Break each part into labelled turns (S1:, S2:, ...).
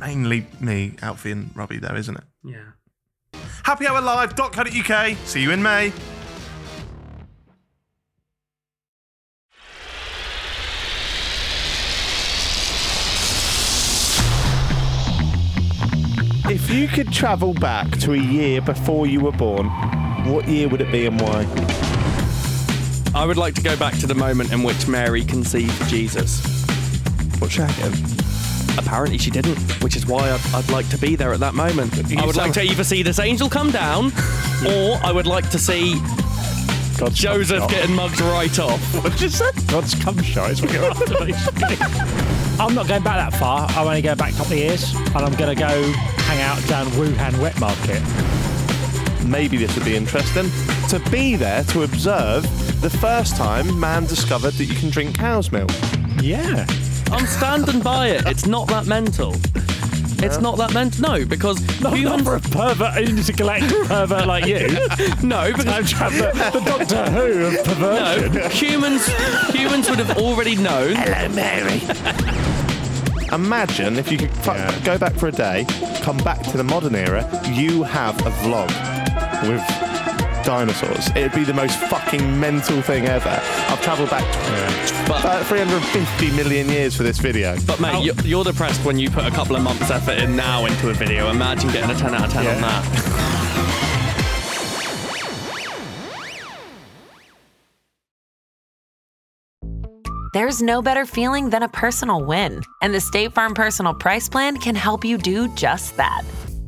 S1: Mainly me, Alfie, and Robbie, though, isn't it?
S2: Yeah.
S1: happyhourlive.co.uk. See you in May.
S3: If you could travel back to a year before you were born, what year would it be and why?
S4: I would like to go back to the moment in which Mary conceived Jesus.
S3: What happened?
S4: Apparently, she didn't, which is why I'd, I'd like to be there at that moment. I would like to either see this angel come down, or I would like to see
S3: God's
S4: Joseph getting mugged right off.
S3: What you say? God's cum shot is what you're after.
S5: I'm not going back that far. I'm only going back a couple of years, and I'm going to go hang out down Wuhan Wet Market.
S3: Maybe this would be interesting. To be there to observe the first time man discovered that you can drink cow's milk.
S5: Yeah.
S4: I'm standing by it. It's not that mental. It's not that mental. No, because
S5: Not
S4: humans.
S5: for a pervert, intergalactic pervert like you.
S4: No, because
S5: Time traveler, the Doctor Who of perversion.
S4: no, humans. Humans would have already known.
S3: Imagine if you could fu- go back for a day, come back to the modern era, you have a vlog with dinosaurs. It'd be the most fucking mental thing ever. I've travelled back
S4: But,
S3: about 350 million years for this video.
S4: but mate, you're, you're depressed when you put a couple of months' effort in now into a video. Imagine getting a 10 out of 10 on that.
S6: There's no better feeling than a personal win, and the State Farm Personal Price Plan can help you do just that.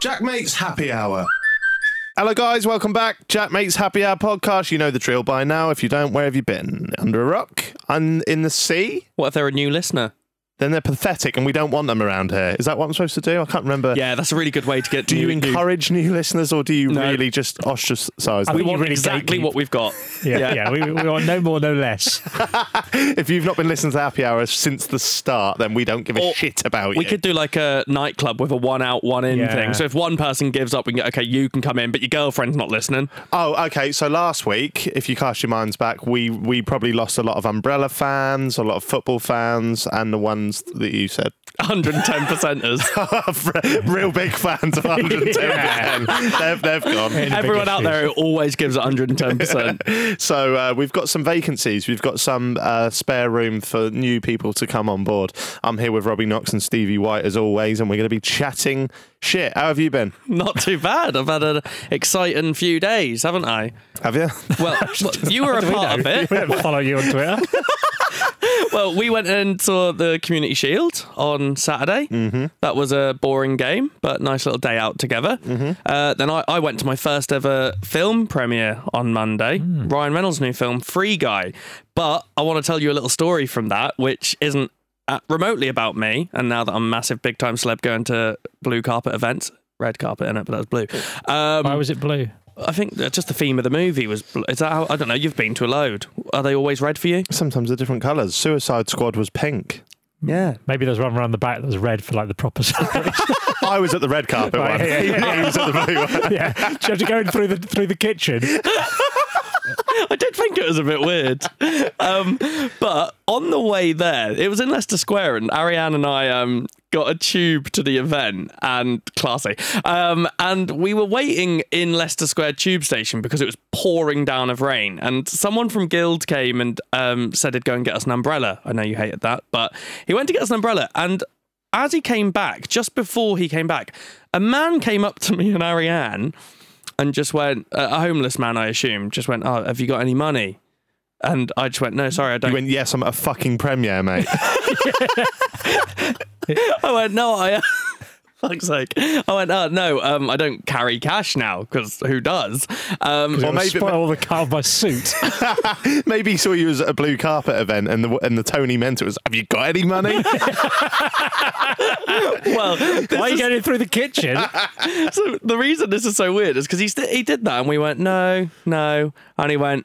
S3: Jack Mates Happy Hour. Hello, guys. Welcome back. Jack Mates Happy Hour podcast. You know the drill by now. If you don't, where have you been? Under a rock? And in the sea?
S4: What if they're a new listener?
S3: Then they're pathetic and we don't want them around here. Is that what I'm supposed to do? I can't remember.
S4: Yeah, that's a really good way to get.
S3: Do you
S4: new- new-
S3: encourage new listeners or do you
S4: No.
S3: really just ostracize
S4: We
S3: them?
S5: you
S4: want
S5: really
S4: exactly
S5: gatekeep.
S4: what we've got.
S5: Yeah, yeah. we, we want no more, no less.
S3: If you've not been listening to Happy Hour since the start, then we don't give a
S4: Or
S3: shit about
S4: We
S3: you.
S4: could do like a nightclub with a one out, one in
S5: Yeah.
S4: thing. So if one person gives up, we can go, okay, you can come in, but your girlfriend's not listening.
S3: Oh, okay. So last week, if you cast your minds back, we we probably lost a lot of Umbrella fans, a lot of football fans, and the ones that you said
S4: 110%ers.
S3: real big fans of 110. they've, they've gone.
S4: Everyone out there who always gives 110%.
S3: So uh, we've got some vacancies. We've got some uh, spare room for new people to come on board. I'm here with Robbie Knox and Stevie White as always, and we're going to be chatting shit. How have you been?
S4: not too bad. I've had an exciting few days, haven't I?
S3: Have you?
S4: Well, you were a part of it.
S5: We don't follow you on Twitter.
S4: Well, we went and saw the Community Shield on Saturday. Mm-hmm. That was a boring game, but nice little day out together. Uh, then I, I went to my first ever film premiere on Monday, Ryan Reynolds' new film, Free Guy. But I want to tell you a little story from that, which isn't uh, remotely about me. And now that I'm a massive big time celeb going to blue carpet events, red carpet in it, but that's blue. Um,
S5: Why was it blue?
S4: I think that just the theme of the movie was. Bl- is that how? I don't know. You've been to a load. Are they always red for you?
S3: Sometimes they're different colours. Suicide Squad was pink.
S4: Yeah.
S5: Maybe there's one around the back that was red for like the proper celebration.
S3: I was at the red carpet
S5: Right,
S3: one.
S5: yeah, yeah.
S3: He was at the blue one.
S5: yeah. Do you have to go in through the through the kitchen?
S4: I did think it was a bit weird. um, but on the way there, it was in Leicester Square, and Ariane and I um, got a tube to the event, and classy. Um, and we were waiting in Leicester Square tube station because it was pouring down of rain. And someone from Guild came and um, said he'd go and get us an umbrella. I know you hated that, but he went to get us an umbrella, and as he came back, just before he came back, a man came up to me and Ariane and just went, a a homeless man, I assume, just went, Oh, have you got any money? And I just went, No, sorry, I don't.
S3: You went, yes, I'm at a fucking premiere, mate.
S4: I went, No, I. Fuck's sake. I went, Oh, no, um, I don't carry cash now because who does? Um,
S3: Or maybe,
S5: Spoil the car of my suit.
S3: maybe he saw you was at a blue carpet event and the, and the Tony mentor was, have you got any money?
S4: well,
S5: Why are you getting through the kitchen?
S4: so the reason this is so weird is because he st- he did that, and we went no, no, and he went,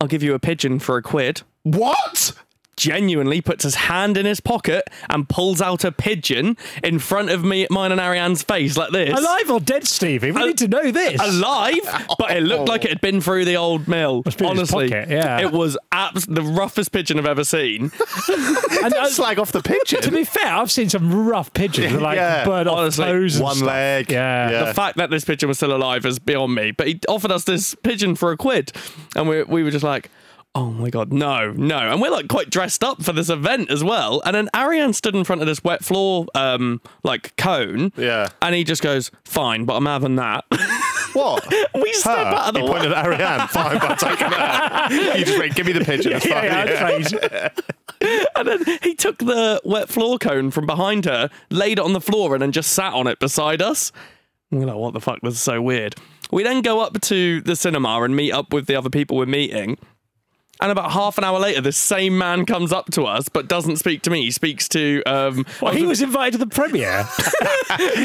S4: "I'll give you a pigeon for a quid."
S3: what?
S4: Genuinely puts his hand in his pocket and pulls out a pigeon in front of me, mine and Ariane's face like this.
S5: Alive or dead, Stevie? We need to know this.
S4: Alive,
S3: Oh.
S4: but it looked like it had been through the old mill.
S5: Must be in his
S4: Honestly,
S5: pocket, yeah.
S4: it was abs- the roughest pigeon I've ever seen.
S5: And, uh,
S3: Slag off the
S5: to
S3: pigeon.
S5: be fair, I've seen some rough pigeons like
S3: Yeah.
S5: bird off
S4: Honestly,
S5: toes and
S3: One
S5: stuff.
S3: leg.
S5: Yeah.
S4: the fact that this pigeon was still alive is beyond me. But he offered us this pigeon for a quid, and we we were just like, oh my god, no, no. And we're like quite dressed up for this event as well. And then Ariane stood in front of this wet floor um like cone,
S3: Yeah.
S4: and he just goes, fine, but I'm having that.
S3: What?
S4: we step
S3: Her?
S4: out of the
S3: he
S4: way.
S3: pointed at Ariane. Fine, but taking her. You just went, give me the pigeon. It's
S5: Yeah,
S3: fine.
S5: yeah,
S3: Yeah.
S5: I'd say-
S4: And then he took the wet floor cone from behind her, laid it on the floor, and then just sat on it beside us. And we're like, what the fuck? This is so weird. We then go up to the cinema and meet up with the other people we're meeting. And about half an hour later, the same man comes up to us, but doesn't speak to me. He speaks to. Um,
S5: Well, he was invited to the premiere.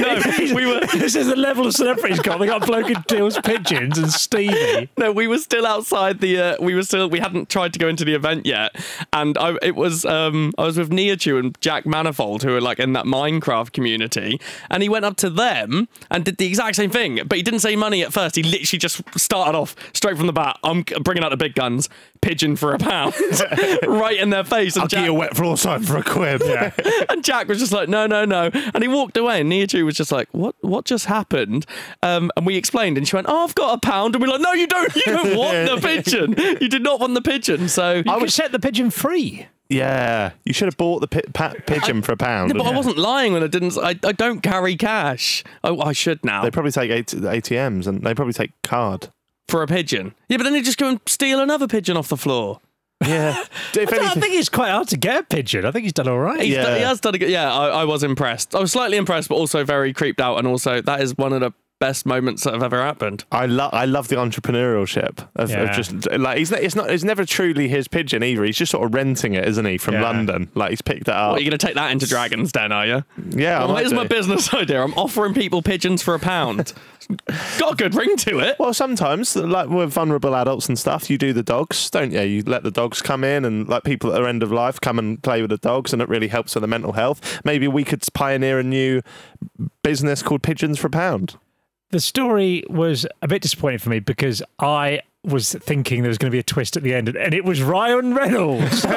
S5: no,
S4: we were-
S5: This is the level of celebrities got. They got a bloke who deals pigeons and Stevie.
S4: No, we were still outside the. Uh, we were still. We hadn't tried to go into the event yet, and I. It was. Um, I was with Neochew and Jack Manifold, who are like in that Minecraft community, and he went up to them and did the exact same thing, but he didn't say money at first. He literally just started off straight from the bat. I'm bringing out the big guns, pigeon for a pound, right in their face. And
S3: I'll get
S4: Jack,
S3: you a wet floor sign for a quid. Yeah.
S4: and Jack was just like, no, no, no. And he walked away, and Neochew was just like, what What just happened? Um, and we explained, and she went, oh, I've got a pound. And we're like, no, you don't. You don't want the pigeon. You did not want the pigeon. So.
S5: I would set the pigeon free.
S3: yeah. You should have bought the pi- pa- pigeon for a pound.
S4: No, but I wasn't lying when I didn't. s- I, I don't carry cash. Oh, I should now
S3: They probably take AT- ATMs and they probably take card.
S4: for a pigeon. Yeah, but then they just go and steal another pigeon off the floor.
S3: Yeah. if
S5: I
S3: anything,
S5: think it's quite hard to get a pigeon. I think he's done all right.
S4: He's
S3: Yeah.
S4: done- he has done a good. Yeah, I, I was impressed. I was slightly impressed, but also very creeped out. And also, that is one of the best moments that have ever happened.
S3: I love I love the entrepreneurship of,
S5: Yeah.
S3: of just like he's ne- it's not it's never truly his pigeon either. He's just sort of renting it, isn't he, from
S5: Yeah.
S3: London? Like he's picked it up.
S4: What, you're going to take that into Dragon's Den, are you?
S3: yeah, I
S4: Well,
S3: might
S4: here's my
S3: do.
S4: business idea. I'm offering people pigeons for a pound. Got a good ring to it.
S3: Well, sometimes, like with vulnerable adults and stuff, you do the dogs, don't you? You let the dogs come in, and like people at their end of life come and play with the dogs, and it really helps with their mental health. Maybe we could pioneer a new business called Pigeons for a Pound.
S5: The story was a bit disappointing for me because I was thinking there was going to be a twist at the end, and it was Ryan Reynolds. but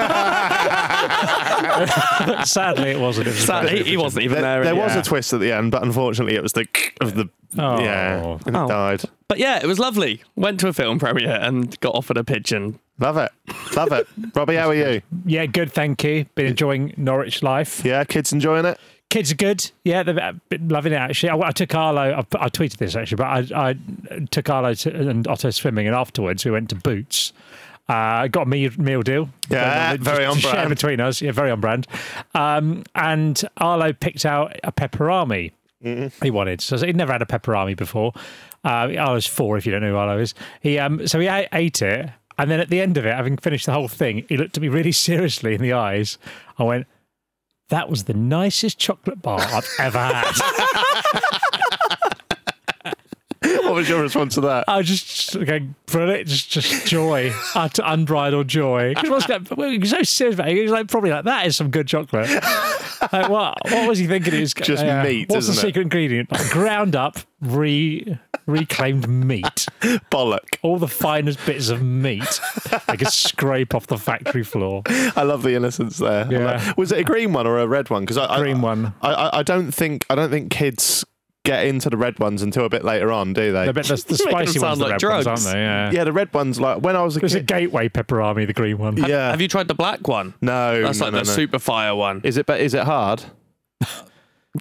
S5: sadly, it wasn't. It was
S4: Sadly, he, he wasn't even there.
S3: There, there was
S5: yeah.
S3: a twist at the end, but unfortunately, it was the of the
S5: Oh.
S3: yeah, and it
S4: Oh.
S3: died.
S4: But yeah, it was lovely. Went to a film premiere and got offered a pigeon.
S3: Love it, love it. Robbie, how are you?
S5: Yeah, good. Thank you. Been enjoying Norwich life.
S3: Yeah, kids enjoying it.
S5: Kids are good. Yeah, they've uh, been loving it actually. I, I took Arlo. I, I tweeted this actually, but I, I took Arlo to, and Otto swimming, and afterwards we went to Boots. Uh, got a meal, meal deal.
S3: Yeah,
S5: Just
S3: very on
S5: to Share
S3: brand.
S5: between us. Yeah, very on brand. Um, and Arlo picked out a pepperami
S3: Mm-hmm.
S5: he wanted. So he'd never had a pepperami before. Uh, Arlo's four, if you don't know who Arlo is. He, um, so he a- ate it. And then at the end of it, having finished the whole thing, he looked at me really seriously in the eyes. I went, that was the nicest chocolate bar I've ever had.
S3: What was your response to that?
S5: I was just going, brilliant, just, just joy, utter unbridled joy. Because what's that? Well, he was so serious about it. He was like, probably like, that is some good chocolate. like, what? What was he thinking? It was
S3: Just meat,
S5: What's the
S3: isn't it?
S5: secret ingredient? Like, ground up, re reclaimed meat.
S3: Bollock.
S5: All the finest bits of meat they could scrape off the factory floor.
S3: I love the innocence there. I
S5: Yeah.
S3: like- Was it a green one or a red one? Because I, I-
S5: Green one.
S3: I, I, I don't think I don't think kids get into the red ones until a bit later on, do they?
S5: I bet the, the
S4: You're making
S5: spicy
S4: them
S5: ones,
S4: sound
S5: the
S4: like
S5: red ones,
S4: drugs.
S5: aren't they? Yeah.
S3: yeah, the red ones. Like when I was a
S5: There's a
S3: kid.
S5: gateway pepperami, the green one.
S3: yeah.
S4: Have you tried the black one?
S3: no.
S4: That's
S3: no,
S4: like
S3: no,
S4: the
S3: no.
S4: super fire one.
S3: Is it? But is it hard?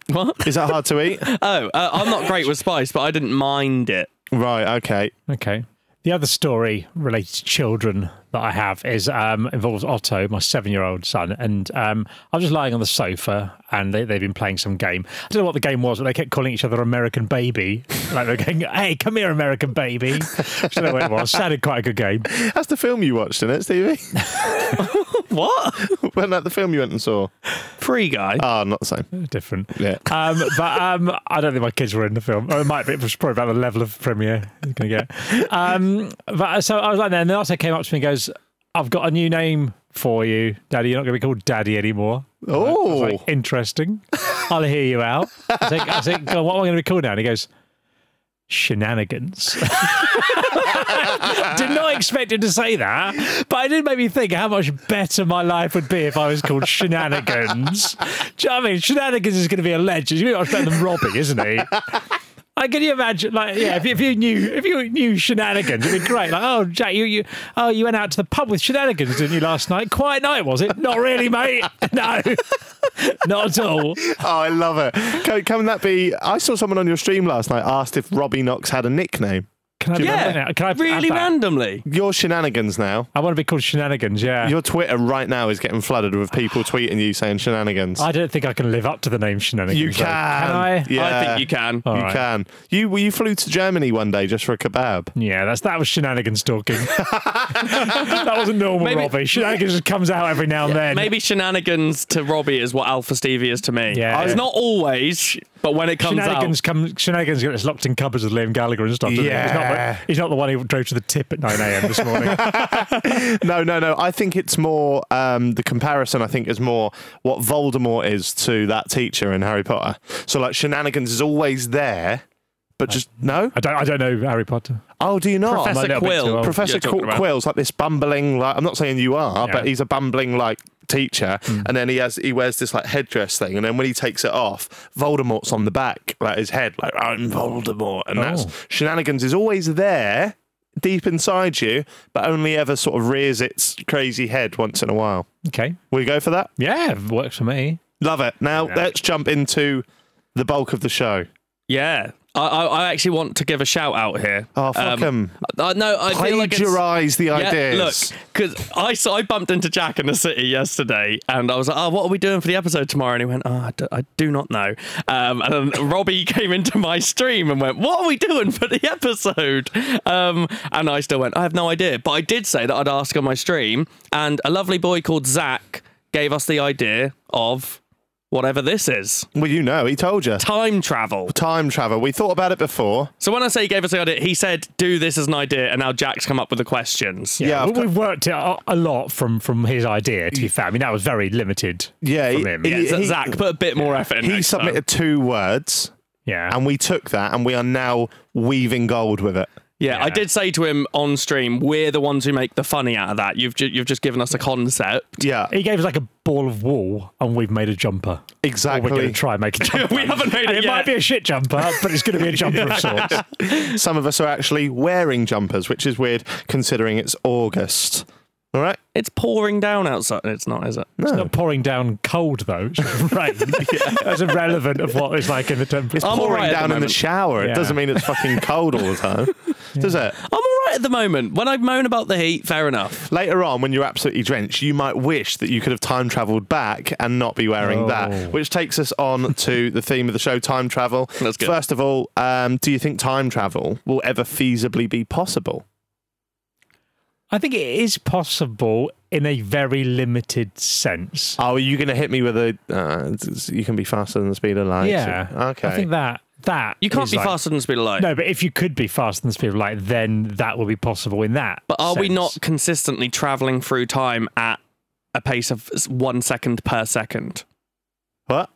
S4: What?
S3: Is that hard to eat?
S4: Oh, uh, I'm not great with spice, but I didn't mind it.
S3: right, okay.
S5: Okay. The other story related to children that I have is um, involves Otto, my seven-year-old son, and um, I was just lying on the sofa, and they, they've been playing some game. I don't know what the game was, but they kept calling each other "American Baby," like they're going, "Hey, come here, American Baby." I don't know what it was. Sounded quite a good game.
S3: That's the film you watched, isn't it, Stevie?
S4: What?
S3: Wasn't that the film you went and saw?
S4: Free guy.
S3: Ah, not the same.
S5: Different.
S3: Yeah.
S5: Um, but um, I don't think my kids were in the film. Or it might be. It was probably about the level of premiere you're going to get. Um, but so I was like, there, and then Otto came up to me and goes, "I've got a new name for you, Daddy. You're not going to be called Daddy anymore." I was
S3: Oh,
S5: like, interesting. I'll hear you out. I was like, I was like "God, what am I going to be called now? And he goes, shenanigans. did not expect him to say that, but it did make me think how much better my life would be if I was called shenanigans. Do you know what I mean? Shenanigans is going to be a legend. You're much better than Robbie, isn't he? Like, can you imagine? Like, yeah, if you, if you knew if you knew shenanigans, it'd be great. Like, oh, Jack, you, you oh, you went out to the pub with shenanigans, didn't you, last night? Quiet night, was it? Not really, mate. No, not at all.
S3: oh, I love it. Can, can that be? I saw someone on your stream last night asked if Robbie Knox had a nickname.
S5: Can I? be-
S4: yeah.
S5: Can I add
S4: really
S5: that?
S4: randomly.
S3: Your shenanigans now.
S5: I want to be called shenanigans. Yeah.
S3: Your Twitter right now is getting flooded with people tweeting you saying shenanigans.
S5: I don't think I can live up to the name shenanigans.
S3: you
S5: though.
S3: can.
S5: Can I?
S3: Yeah.
S4: I think you can.
S5: All
S3: You
S5: right.
S3: can. You well, you flew to Germany one day just for a kebab.
S5: Yeah, that's that was shenanigans talking. that wasn't normal,
S4: Maybe-
S5: Robbie. Shenanigans just comes out every now and then.
S4: Maybe shenanigans to Robbie is what Alpha Stevie is to me.
S5: Yeah.
S4: It's not always, but when it comes out.
S5: Shenanigans come. Shenanigans gets locked in cupboards with Liam Gallagher and stuff. doesn't he? he's not,
S3: Yeah.
S5: the, he's not the one who drove to the tip at nine a.m. this morning.
S3: No, no, no. I think it's more um, the comparison. I think is more what Voldemort is to that teacher in Harry Potter. So like shenanigans is always there, but just no.
S5: I don't. I don't know Harry Potter.
S3: Oh, do you not?
S5: I'm a
S4: Professor
S5: little bit too
S4: Quill.
S5: old.
S3: Professor
S4: you're Oh, talking
S3: Qu-
S4: about.
S3: Quill's like this bumbling. Like I'm not saying you are,
S5: Yeah.
S3: but he's a bumbling like teacher.
S4: Hmm.
S3: And then he has he wears this like headdress thing, and then when he takes it off, Voldemort's on the back, like his head, like I'm Voldemort, and that's
S5: Oh.
S3: shenanigans is always there. Deep inside you, but only ever sort of rears its crazy head once in a while.
S5: Okay.
S3: We go for that.
S5: Yeah, it works for me.
S3: Love it. Now let's jump into the bulk of the show.
S4: Yeah. I, I, I actually want to give a shout out here.
S3: Oh, fuck 'em.
S4: I, no, Um, I feel like it's-
S3: Plagiarise the
S4: Yeah,
S3: ideas.
S4: look, because I saw, I bumped into Jack in the city yesterday, and I was like, "Oh, what are we doing for the episode tomorrow?" And he went, "Oh, I do, I do not know." Um, and then Robbie came into my stream and went, "What are we doing for the episode?" Um, and I still went, "I have no idea," but I did say that I'd ask on my stream, and a lovely boy called Zach gave us the idea of whatever this is
S3: Well, you know, he told you.
S4: time travel.
S3: Time travel. We thought about it before.
S4: So when I say he gave us the idea, he said, "Do this as an idea," and now Jack's come up with the questions.
S3: Yeah, I've
S5: we, we've worked it a, a lot from from his idea. To be fair, I mean that was very limited.
S3: Yeah,
S5: from
S3: he-
S5: him.
S3: he-
S5: Yeah,
S4: So Zach, put a bit more effort in.
S3: He
S4: next time.
S3: submitted two words,
S5: yeah.
S3: and we took that, and we are now weaving gold with it.
S4: Yeah, I
S5: Yeah.
S4: did say to him on stream, we're the ones who make the funny out of that. You've ju- you've just given us a concept.
S3: Yeah,
S5: he gave us like a ball of wool, and we've made a jumper. Or we're going
S3: exactly.
S5: to try and make a jumper.
S4: We haven't made
S5: And
S4: it
S5: it might
S4: yet.
S5: be a shit jumper, but it's going to be a jumper of sorts.
S3: Some of us are actually wearing jumpers, which is weird considering it's August. All right.
S4: It's pouring down outside. It's not, is it?
S5: It's not pouring down cold though. It's rain. That's irrelevant of what it's like in the temperature.
S4: I'm all
S3: Pouring
S4: right at the
S3: down in the
S4: moment.
S3: shower. It
S5: Yeah.
S3: doesn't mean it's fucking cold all the time, does it?
S4: I'm all right at the moment. When I moan about the heat, fair enough.
S3: Later on, when you're absolutely drenched, you might wish that you could have time traveled back and not be wearing
S4: Oh.
S3: that, which takes us on to the theme of the show time travel.
S4: That's good.
S3: First of all, um, do you think time travel will ever feasibly be possible?
S5: I think it is possible in a very limited sense.
S3: Oh, are you going to hit me with a. Uh, it's- it's- you can be faster than the speed of light.
S5: yeah.
S3: Okay.
S5: I think that that
S4: You can't
S5: is
S4: be
S5: like-
S4: faster than the speed of light.
S5: No, but if you could be faster than the speed of light, then that would be possible in that.
S4: but are we
S5: sense.
S4: not consistently traveling through time at a pace of s- one second per second?
S3: what?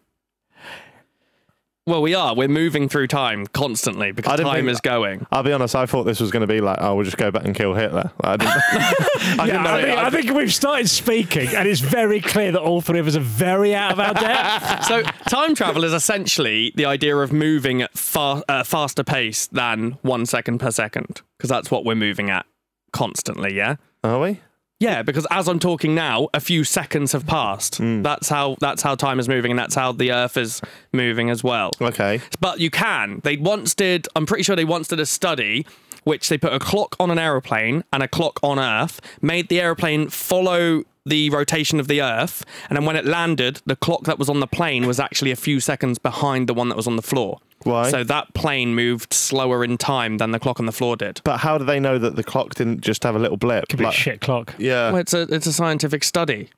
S4: Well, we are. We're moving through time constantly because
S3: I didn't
S4: time
S3: think-
S4: is going.
S3: I'll be honest, I thought this was going to be like, oh, we'll just go back and kill Hitler. I didn't, I
S5: Yeah,
S3: didn't know.
S5: I, think,
S3: it-
S5: I think we've started speaking, and it's very clear that all three of us are very out of our depth.
S4: So time travel is essentially the idea of moving at far, uh, faster pace than one second per second, because that's what we're moving at constantly. Yeah.
S3: Are we?
S4: Yeah, because as I'm talking now, a few seconds have passed. That's how that's how time is moving, and that's how the Earth is moving as well.
S3: Okay.
S4: But you can. They once did. I'm pretty sure they once did a study. Which they put a clock on an aeroplane and a clock on Earth, made the aeroplane follow the rotation of the Earth, and then when it landed, the clock that was on the plane was actually a few seconds behind the one that was on the floor.
S3: Why?
S4: So that plane moved slower in time than the clock on the floor did.
S3: But how do they know that the clock didn't just have a little blip?
S5: Could be
S3: Like-
S5: a shit clock.
S3: Yeah.
S4: Well, it's a it's a scientific study.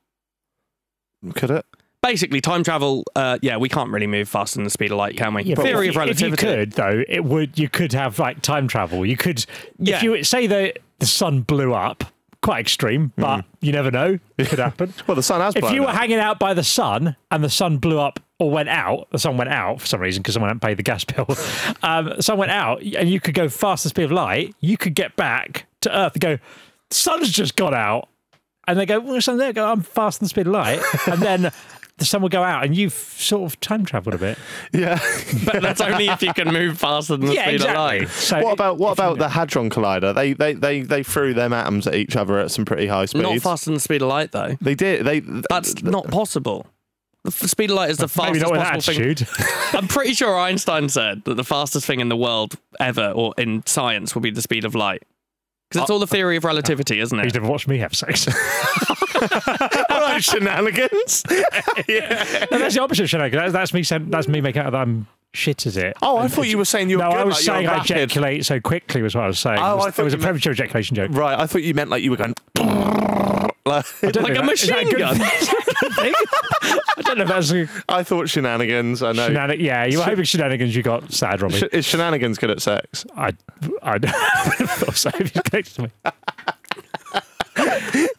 S3: Could it?
S4: basically time travel uh, yeah we can't really move faster than the speed of light can we
S5: Yeah, but
S4: theory
S5: if,
S4: of
S5: you-
S4: relativity
S5: If you could, though, it would. You could have like time travel. You could,
S4: Yeah.
S5: if you say the the sun blew up, quite extreme,
S4: Hmm.
S5: but you never know. It could happen.
S3: Well, the sun has
S5: if
S3: blown
S5: you were
S3: up.
S5: hanging out by the sun and the sun blew up or went out, the sun went out for some reason because someone hadn't paid the gas bill. um, sun went out, and you could go fast the speed of light. You could get back to Earth and go, "Sun's just gone out," and they go, "Well, sun there." Go, I'm faster than the speed of light, and then. The sun will go out, and you've sort of time traveled a bit.
S3: Yeah.
S4: but that's only if you can move faster than the speed of light
S5: So
S3: what
S5: it-
S3: about what about the hadron collider? They they they they threw them atoms at each other at some pretty high speeds.
S4: not faster than the speed of light though
S3: They did. They
S4: that's not possible the f- speed of light is the
S5: Maybe
S4: fastest
S5: not with
S4: possible thing
S5: attitude.
S4: i'm pretty sure einstein said that the fastest thing in the world ever or in science will be the speed of light because it's all the theory of relativity isn't
S5: He's
S4: it
S5: never watched me have sex.
S3: right shenanigans.
S5: No, that's the opposite, Shanaka. That's, that's me. sen- That's me making out that I'm shit as it.
S3: Oh, I thought you were saying you were
S5: no,
S3: good,
S5: I was
S3: like you were
S5: saying I
S3: rapid.
S5: ejaculate so quickly was what I was saying.
S3: Oh,
S5: it was,
S3: I thought
S5: it was
S3: you
S5: a
S3: meant-
S5: premature ejaculation joke.
S3: Right, I thought you meant like you were going. like-
S4: like a machine gun
S5: I don't know if that's a
S3: I thought shenanigans. I know.
S5: shenanig- Yeah, you were hoping shenanigans. You got sad, Robbie.
S3: Sh- is shenanigans good at sex?
S5: I, I thought so. If you connected to me.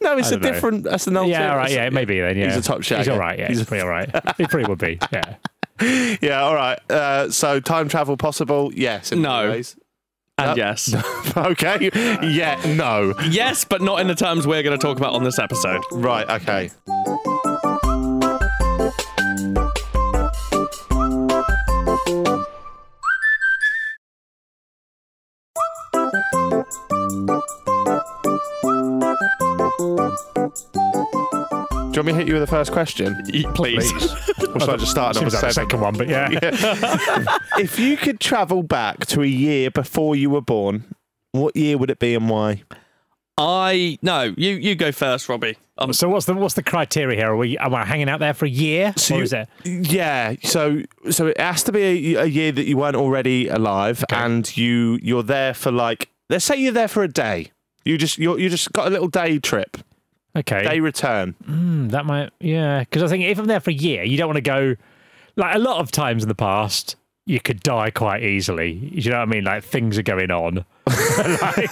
S3: No, it's
S5: I
S3: a
S5: don't know.
S3: different. That's an alter-
S5: Yeah, all right. Yeah, it may be then. Yeah,
S3: a top
S5: He's
S3: shagger.
S5: all right. Yeah,
S3: He's
S5: he's,
S3: a-
S5: pretty all right. He probably would be. Yeah.
S3: Yeah, all right. Uh, so time travel possible? Yes. in
S4: No.
S3: many ways.
S4: and
S3: Yep.
S4: yes
S3: okay. Yeah. No.
S4: yes but not in the terms we're going to talk about on this episode
S3: Right. Okay. Do you want me to hit you with the first question?
S4: Eat, please.
S3: Or should I just start at
S5: Seems like the
S3: number seven?
S5: second one, but yeah.
S3: If you could travel back to a year before you were born, what year would it be and why?
S4: I no, you you go first, Robbie. I'm
S5: So what's the what's the criteria here? Are we am I hanging out there for a year?
S3: So
S5: or
S3: you-
S5: is it?
S3: Yeah, so so it has to be a, a year that you weren't already alive, and you you're there for like let's say you're there for a day. You just you you just got a little day trip,
S5: Okay.
S3: day return.
S5: Mm, that might, yeah. Because I think if I'm there for a year, you don't want to go. Like a lot of times in the past, you could die quite easily. You know what I mean? Like things are going on. like,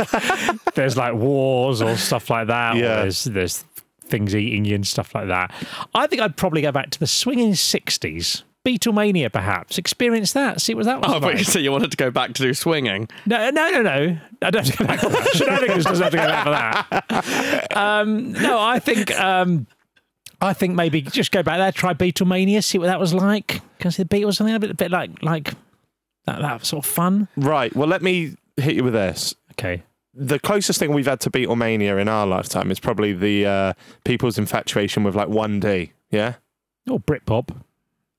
S5: there's like wars or stuff like that.
S3: Yeah.
S5: Or there's there's things eating you and stuff like that. I think I'd probably go back to the swinging '60s, Beatlemania, perhaps. Experience that. See what that was
S4: Oh, but
S5: like.
S4: you said you wanted to go back to do swinging.
S5: No, no, no, no. I don't have to go back for that. Shenanigans doesn't have to go back for that. Um, no, I think um, I think maybe just go back there, try Beatlemania, see what that was like. Can I see the Beatles? Something a bit, a bit like like that, that sort of fun.
S3: Right. Well, let me hit you with this.
S5: Okay.
S3: The closest thing we've had to Beatlemania in our lifetime is probably the uh, people's infatuation with like 1D. Yeah.
S5: Or Britpop.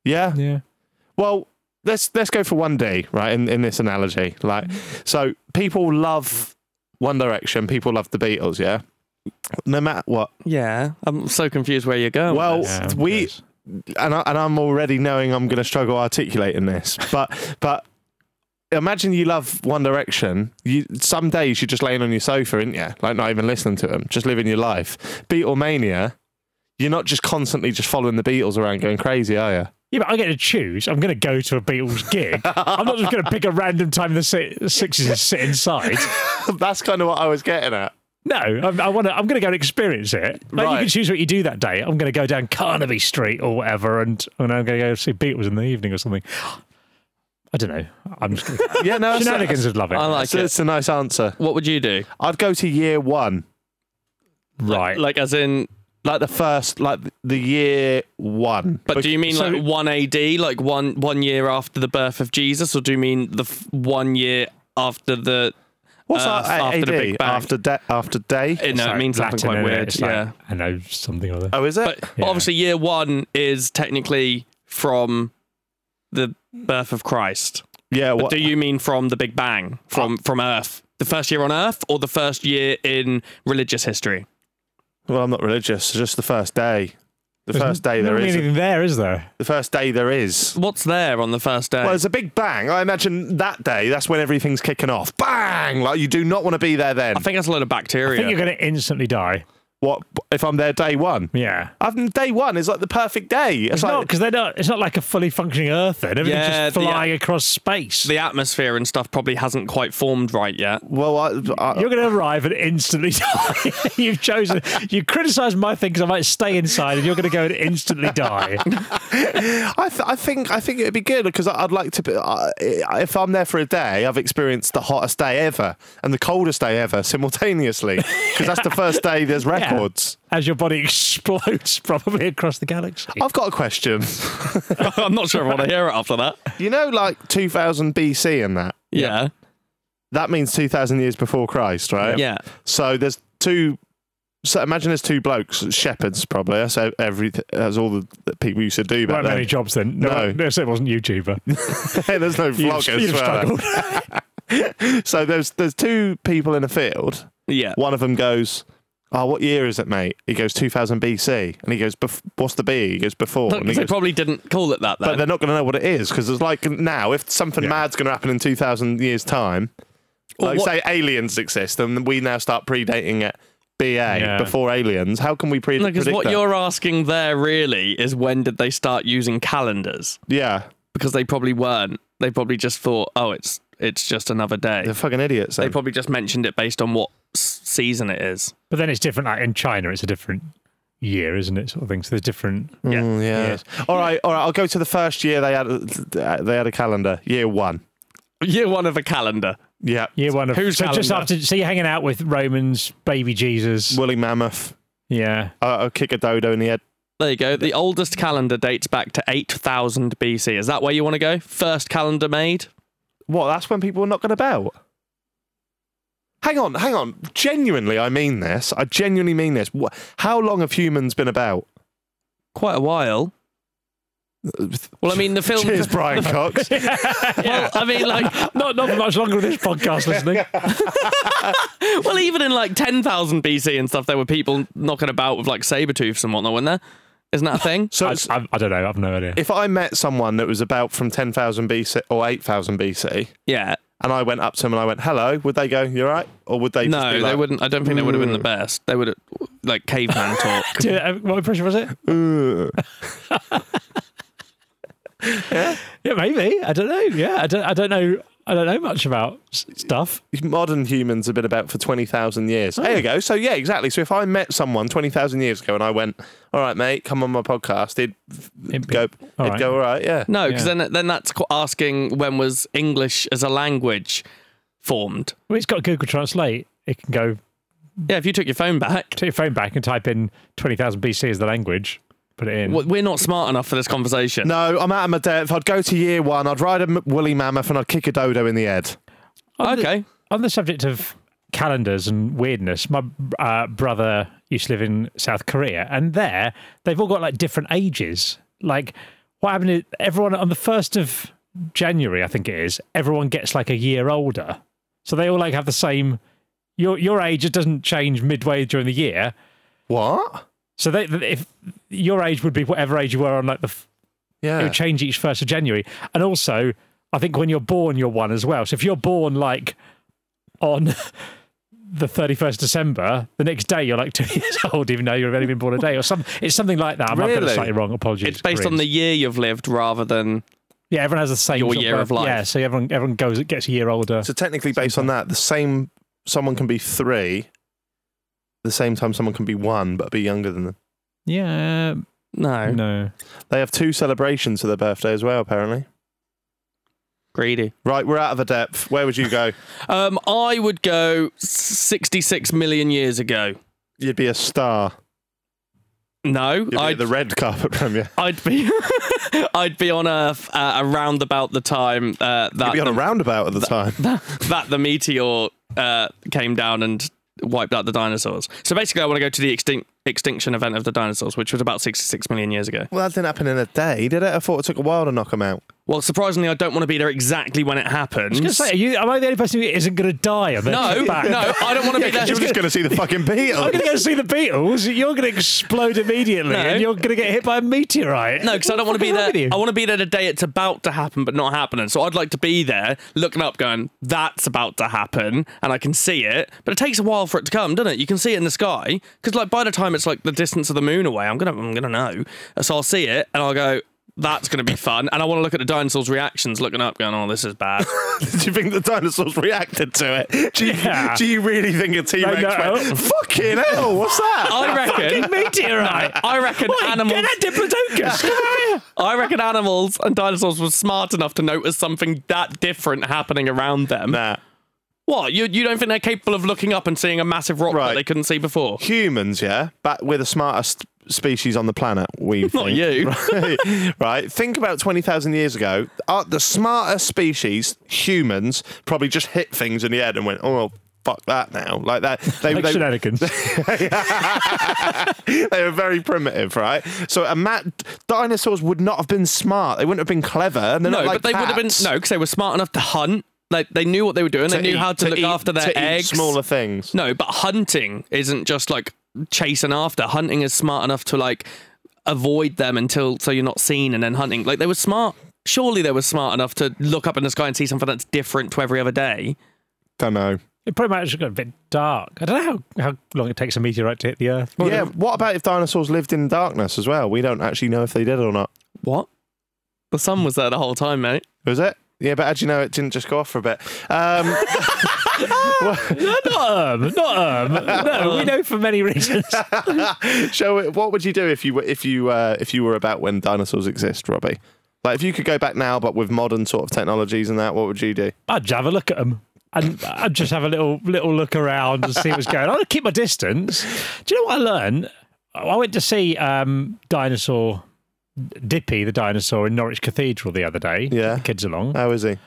S3: Yeah.
S5: Yeah.
S3: Well, let's let's go for one D, right? In in this analogy, like so, people love One Direction, people love the Beatles, yeah. No matter what.
S4: Yeah, I'm so confused where you're going.
S3: Well,
S4: with this.
S5: Yeah,
S3: Oh, we
S5: yes.
S3: and I, and I'm already knowing I'm going to struggle articulating this, but but. Imagine you love One Direction. You some days you're just laying on your sofa, aren't you? Like not even listening to them, just living your life. Beatlemania, you're not just constantly just following the Beatles around, going crazy, are you?
S5: Yeah, but I get to choose. I'm going to go to a Beatles gig. I'm not just going to pick a random time in the si- 60s and sit inside.
S3: That's kind of what I was getting at.
S5: No, I'm, I want to. I'm going to go and experience it. Like
S3: Right.
S5: you can choose what you do that day. I'm going to go down Carnaby Street or whatever, and, and I'm going to go see Beatles in the evening or something. I don't know. I'm just gonna,
S3: Yeah, no, that's-
S5: shenanigans would love it.
S4: I like
S3: So
S4: it.
S3: it's a nice answer.
S4: What would you do?
S3: I'd go to year one,
S5: right.
S4: Like, as in,
S3: like the first, like the year one.
S4: but do you mean
S3: So-
S4: like one AD, like one one year after the birth of Jesus, or do you mean the f- one year after the
S3: What's
S4: uh,
S3: our
S4: after the
S3: AD?
S4: Big Bang.
S3: After day? After day?
S4: It- no, it
S5: Sorry,
S4: means something
S5: Latin, isn't
S4: quite
S5: it?
S4: weird.
S5: It's like,
S4: yeah.
S5: I know something or other.
S3: oh, is it?
S4: But
S5: Yeah.
S4: obviously, year one is technically from the birth of Christ.
S3: yeah.
S4: But
S3: What,
S4: do you mean from the Big Bang,
S5: Ah.
S4: from from Earth, the first year on Earth, or the first year in religious history?
S3: well, I'm not religious. It's just the first day. The first day
S5: There's
S3: there
S5: not really
S3: is.
S5: anything there, is there?
S3: The first day there is.
S4: What's there on the first day?
S3: Well, it's a big bang. I imagine that day. That's when everything's kicking off. Bang! Like you do not want to be there then.
S4: I think that's a load of
S5: I
S4: bacteria.
S5: think you're going to instantly die.
S3: what if I'm there day one?
S5: Yeah.
S3: I've, day one is like the perfect day. It's,
S5: It's
S3: like
S5: not because they're not. It's not like a fully functioning Earth. Then everything's
S4: Yeah,
S5: just
S4: the- uh,
S5: flying across space.
S4: the atmosphere and stuff probably hasn't quite formed right yet.
S3: well, I, I,
S5: You're going to arrive and instantly die. You've chosen. You criticise my thing because I might stay inside, and you're going to go and instantly die.
S3: I, th- I think I think it'd be good because I'd like to. Be, I I- if I'm there for a day, I've experienced the hottest day ever and the coldest day ever simultaneously because that's the first day there's
S5: Yeah.
S3: records.
S5: As your body explodes, probably across the galaxy.
S3: I've got a question.
S4: I'm not sure if I want to hear it after that.
S3: You know, like 2000 BC and that.
S4: Yeah.
S3: That means 2000 years before Christ, right?
S4: Yeah.
S3: So there's two. So imagine there's two blokes, shepherds probably. That's how every. That's all the, the people used to do back
S5: Weren't
S3: then.
S5: many jobs then. No,
S3: No.
S5: no. so it wasn't YouTuber.
S3: there's no
S5: You'd-
S3: vloggers.
S5: you'd have
S3: were
S5: struggled.
S3: there? So there's there's two people in a field.
S4: Yeah.
S3: one of them goes, "Oh, what year is it, mate?" He goes, "2000 BC," and he goes, Bef- "What's the B?" He goes, "Before."
S4: Look,
S3: And he
S4: they
S3: goes,
S4: probably didn't call it that
S3: but
S4: then.
S3: they're not going to know what it is because it's like now, if something
S5: Yeah.
S3: mad's going to happen in 2000 years' time,
S4: Or
S3: like
S4: what-
S3: say aliens exist, and we now start predating it. BA
S5: Yeah.
S3: before aliens. How can we pre-
S4: No, because
S3: predict
S4: what
S3: that?
S4: you're asking there really is when did they start using calendars?
S3: yeah,
S4: Because they probably weren't. They probably just thought, oh, it's it's just another day.
S3: they're fucking idiots.
S4: They
S3: then.
S4: probably just mentioned it based on what s- season it is.
S5: But then it's different. Like in China, it's a different year, isn't it? Sort of thing. So there's different.
S4: Yeah.
S3: Mm, yeah. All right. All right. I'll go to the first year they had. A, they had a calendar. Year one.
S4: Year one of a calendar.
S3: Yeah.
S5: Year one of
S4: Whose
S5: so just
S4: calendar?
S5: after. So you're hanging out with Romans, baby Jesus.
S3: Woolly mammoth.
S5: Yeah.
S3: Uh, I'll kick a dodo in the head.
S4: There you go. The oldest calendar dates back to 8000 BC. Is that where you want to go? First calendar made?
S3: What? That's when people were knocking about. Hang on, hang on. Genuinely, I mean this. I genuinely mean this. Wha- How long have humans been about?
S4: Quite a while. Well, I mean, the film.
S3: Cheers, Brian Cox.
S4: Well, I mean, like,
S5: Not not much longer than this podcast listening.
S4: well, even in like 10,000 BC and stuff, there were people knocking about with like saber tooths and whatnot, weren't there? Isn't that a thing?
S3: So,
S5: I,
S3: it's-
S5: I, I don't know. I've no idea.
S3: if I met someone that was about from 10,000 BC or 8,000 BC,
S4: Yeah.
S3: and I went up to them and I went, hello, would they go, you're right? Or would they just
S4: No,
S3: be
S4: they
S3: like,
S4: wouldn't. I don't think they would have been the best. They would have, like, caveman talk.
S5: Do- uh, what impression was it?
S3: "Ugh."
S5: Yeah, maybe. I don't know. Yeah, I don't. I don't know. I don't know much about s- stuff.
S3: Modern humans have been about for 20,000 years. There you go. So, yeah, exactly. So, if I met someone 20,000 years ago and I went, all right, mate, come on my podcast, he'd
S5: It'd be-
S3: go,
S5: all
S3: he'd
S5: right.
S3: go, all right, yeah.
S4: No, because
S5: Yeah.
S4: then, then that's qu- asking when was English as a language formed?
S5: Well, it's got Google Translate. It can go
S4: Yeah, if you took your phone back.
S5: take your phone back and type in twenty thousand BC as the language. Put it in.
S4: w- We're not smart enough for this conversation.
S3: No, I'm out of my depth. I'd go to year one. I'd ride a m- woolly mammoth and I'd kick a dodo in the head.
S5: On the-
S4: Okay.
S5: on the subject of calendars and weirdness, my uh, brother used to live in South Korea, and there they've all got like different ages. Like what happened is everyone on the first of January, I think it is, everyone gets like a year older. So they all like have the same. Your your age it doesn't change midway during the year.
S3: What?
S5: So they if your age would be whatever age you were on like the f- it
S3: Yeah.
S5: would change each first of January. And also, I think when you're born, you're one as well. So if you're born like on the 31st December, the next day you're like two years old, even though you've only been born a day or something. It's something like that. I might have got it
S3: Really?
S5: slightly wrong. Apologies.
S4: It's based on the
S5: Koreans.
S4: year you've lived rather than.
S5: yeah. Everyone has the same
S4: your
S5: sort
S4: year of
S5: birth-
S4: life.
S5: Yeah, so everyone everyone goes gets a year older.
S3: so technically, based on that, the same someone can be three. The same time, someone can be one, but be younger than them.
S5: yeah,
S4: No.
S5: no.
S3: They have two celebrations for their birthday as well, apparently.
S4: Greedy.
S3: Right, we're out of our depth. Where would you go?
S4: Um, I would go 66 million years ago.
S3: You'd be a star.
S4: No,
S3: You'd be at
S4: I'd,
S3: the red carpet premiere.
S4: I'd be I'd be on Earth uh, around about the time uh,
S3: You'd
S4: that
S3: be on a
S4: the,
S3: roundabout at the time.
S4: that the meteor uh, came down and wiped out the dinosaurs. So basically, I want to go to the extinct extinction event of the dinosaurs, which was about 66 million years ago.
S3: Well, that didn't happen in a day, did it? I thought it took a while to knock them out.
S4: Well, surprisingly, I don't want to be there exactly when it happened.
S5: Just say, are you, am I the only person who isn't going to die? And then
S4: no,
S5: come back?
S4: no, I don't want to be there.
S3: You were just going to see the fucking beetle.
S5: I'm going to go see the Beatles. You're going to explode immediately,
S4: No.
S5: and you're going to get hit by a meteorite.
S4: No, because I don't want to be
S5: What's wrong
S4: there.
S5: with you?
S4: I want to be there the day it's about to happen, but not happening. So I'd like to be there, looking up, going, "That's about to happen," and I can see it. But it takes a while for it to come, doesn't it? You can see it in the sky because, like, by the time it's like the distance of the moon away, I'm gonna, I'm gonna know. So I'll see it, and I'll go. That's going to be fun. And I want to look at the dinosaurs' reactions, looking up, going, oh, this is bad.
S3: Do you think the dinosaurs reacted to it? Do you,
S5: Yeah.
S3: do you really think a T Rex
S5: know.
S3: went, fucking hell, what's that?
S4: I reckon.
S5: meteorite.
S4: I reckon animals.
S5: Get that diplodocus. Come here.
S4: I reckon animals and dinosaurs were smart enough to notice something that different happening around them.
S3: Nah.
S4: What? You, you don't think they're capable of looking up and seeing a massive rock that
S3: Right.
S4: they couldn't see before?
S3: Humans, yeah, but we're the smartest species on the planet. We
S4: Not
S3: think.
S4: you.
S3: right? Right. Think about twenty thousand years ago. Our, the smartest species, humans, probably just hit things in the head and went, "Oh, well, fuck that now!" Like that. They,
S5: Like
S3: they-
S5: shenanigans.
S3: they were very primitive, right? So, a mat- dinosaurs would not have been smart. They wouldn't have been clever. They're
S4: No,
S3: not like
S4: but they would have been
S3: cats.
S4: no, because they were smart enough to hunt. Like they knew what they were doing. they knew
S3: eat-
S4: how to, look
S3: eat-
S4: after their
S3: to eat
S4: eggs.
S3: smaller things.
S4: No, but hunting isn't just like chasing after. Hunting is smart enough to like avoid them until so you're not seen, and then hunting. Like they were smart. Surely they were smart enough to look up in the sky and see something that's different to every other day.
S3: Don't know.
S5: It pretty much got a bit dark. I don't know how, how long it takes a meteorite to hit the Earth.
S3: yeah. What about if dinosaurs lived in darkness as well? We don't actually know if they did or not.
S4: What? The sun was there the whole time, mate.
S3: Was it? Yeah, but as you know, it didn't just go off for a bit. Um,
S5: No, not um, not um. No, we know for many reasons.
S3: so, what would you do if you were if you uh, if you were about when dinosaurs exist, Robbie? Like, if you could go back now, but with modern sort of technologies and that, what would you do?
S5: I'd just have a look at them. And I'd just have a little little look around and see what's going on. I'd keep my distance. Do you know what I learned? I went to see um, dinosaur Dippy, the dinosaur in Norwich Cathedral the other day.
S3: Yeah.
S5: The kids along.
S3: How is he?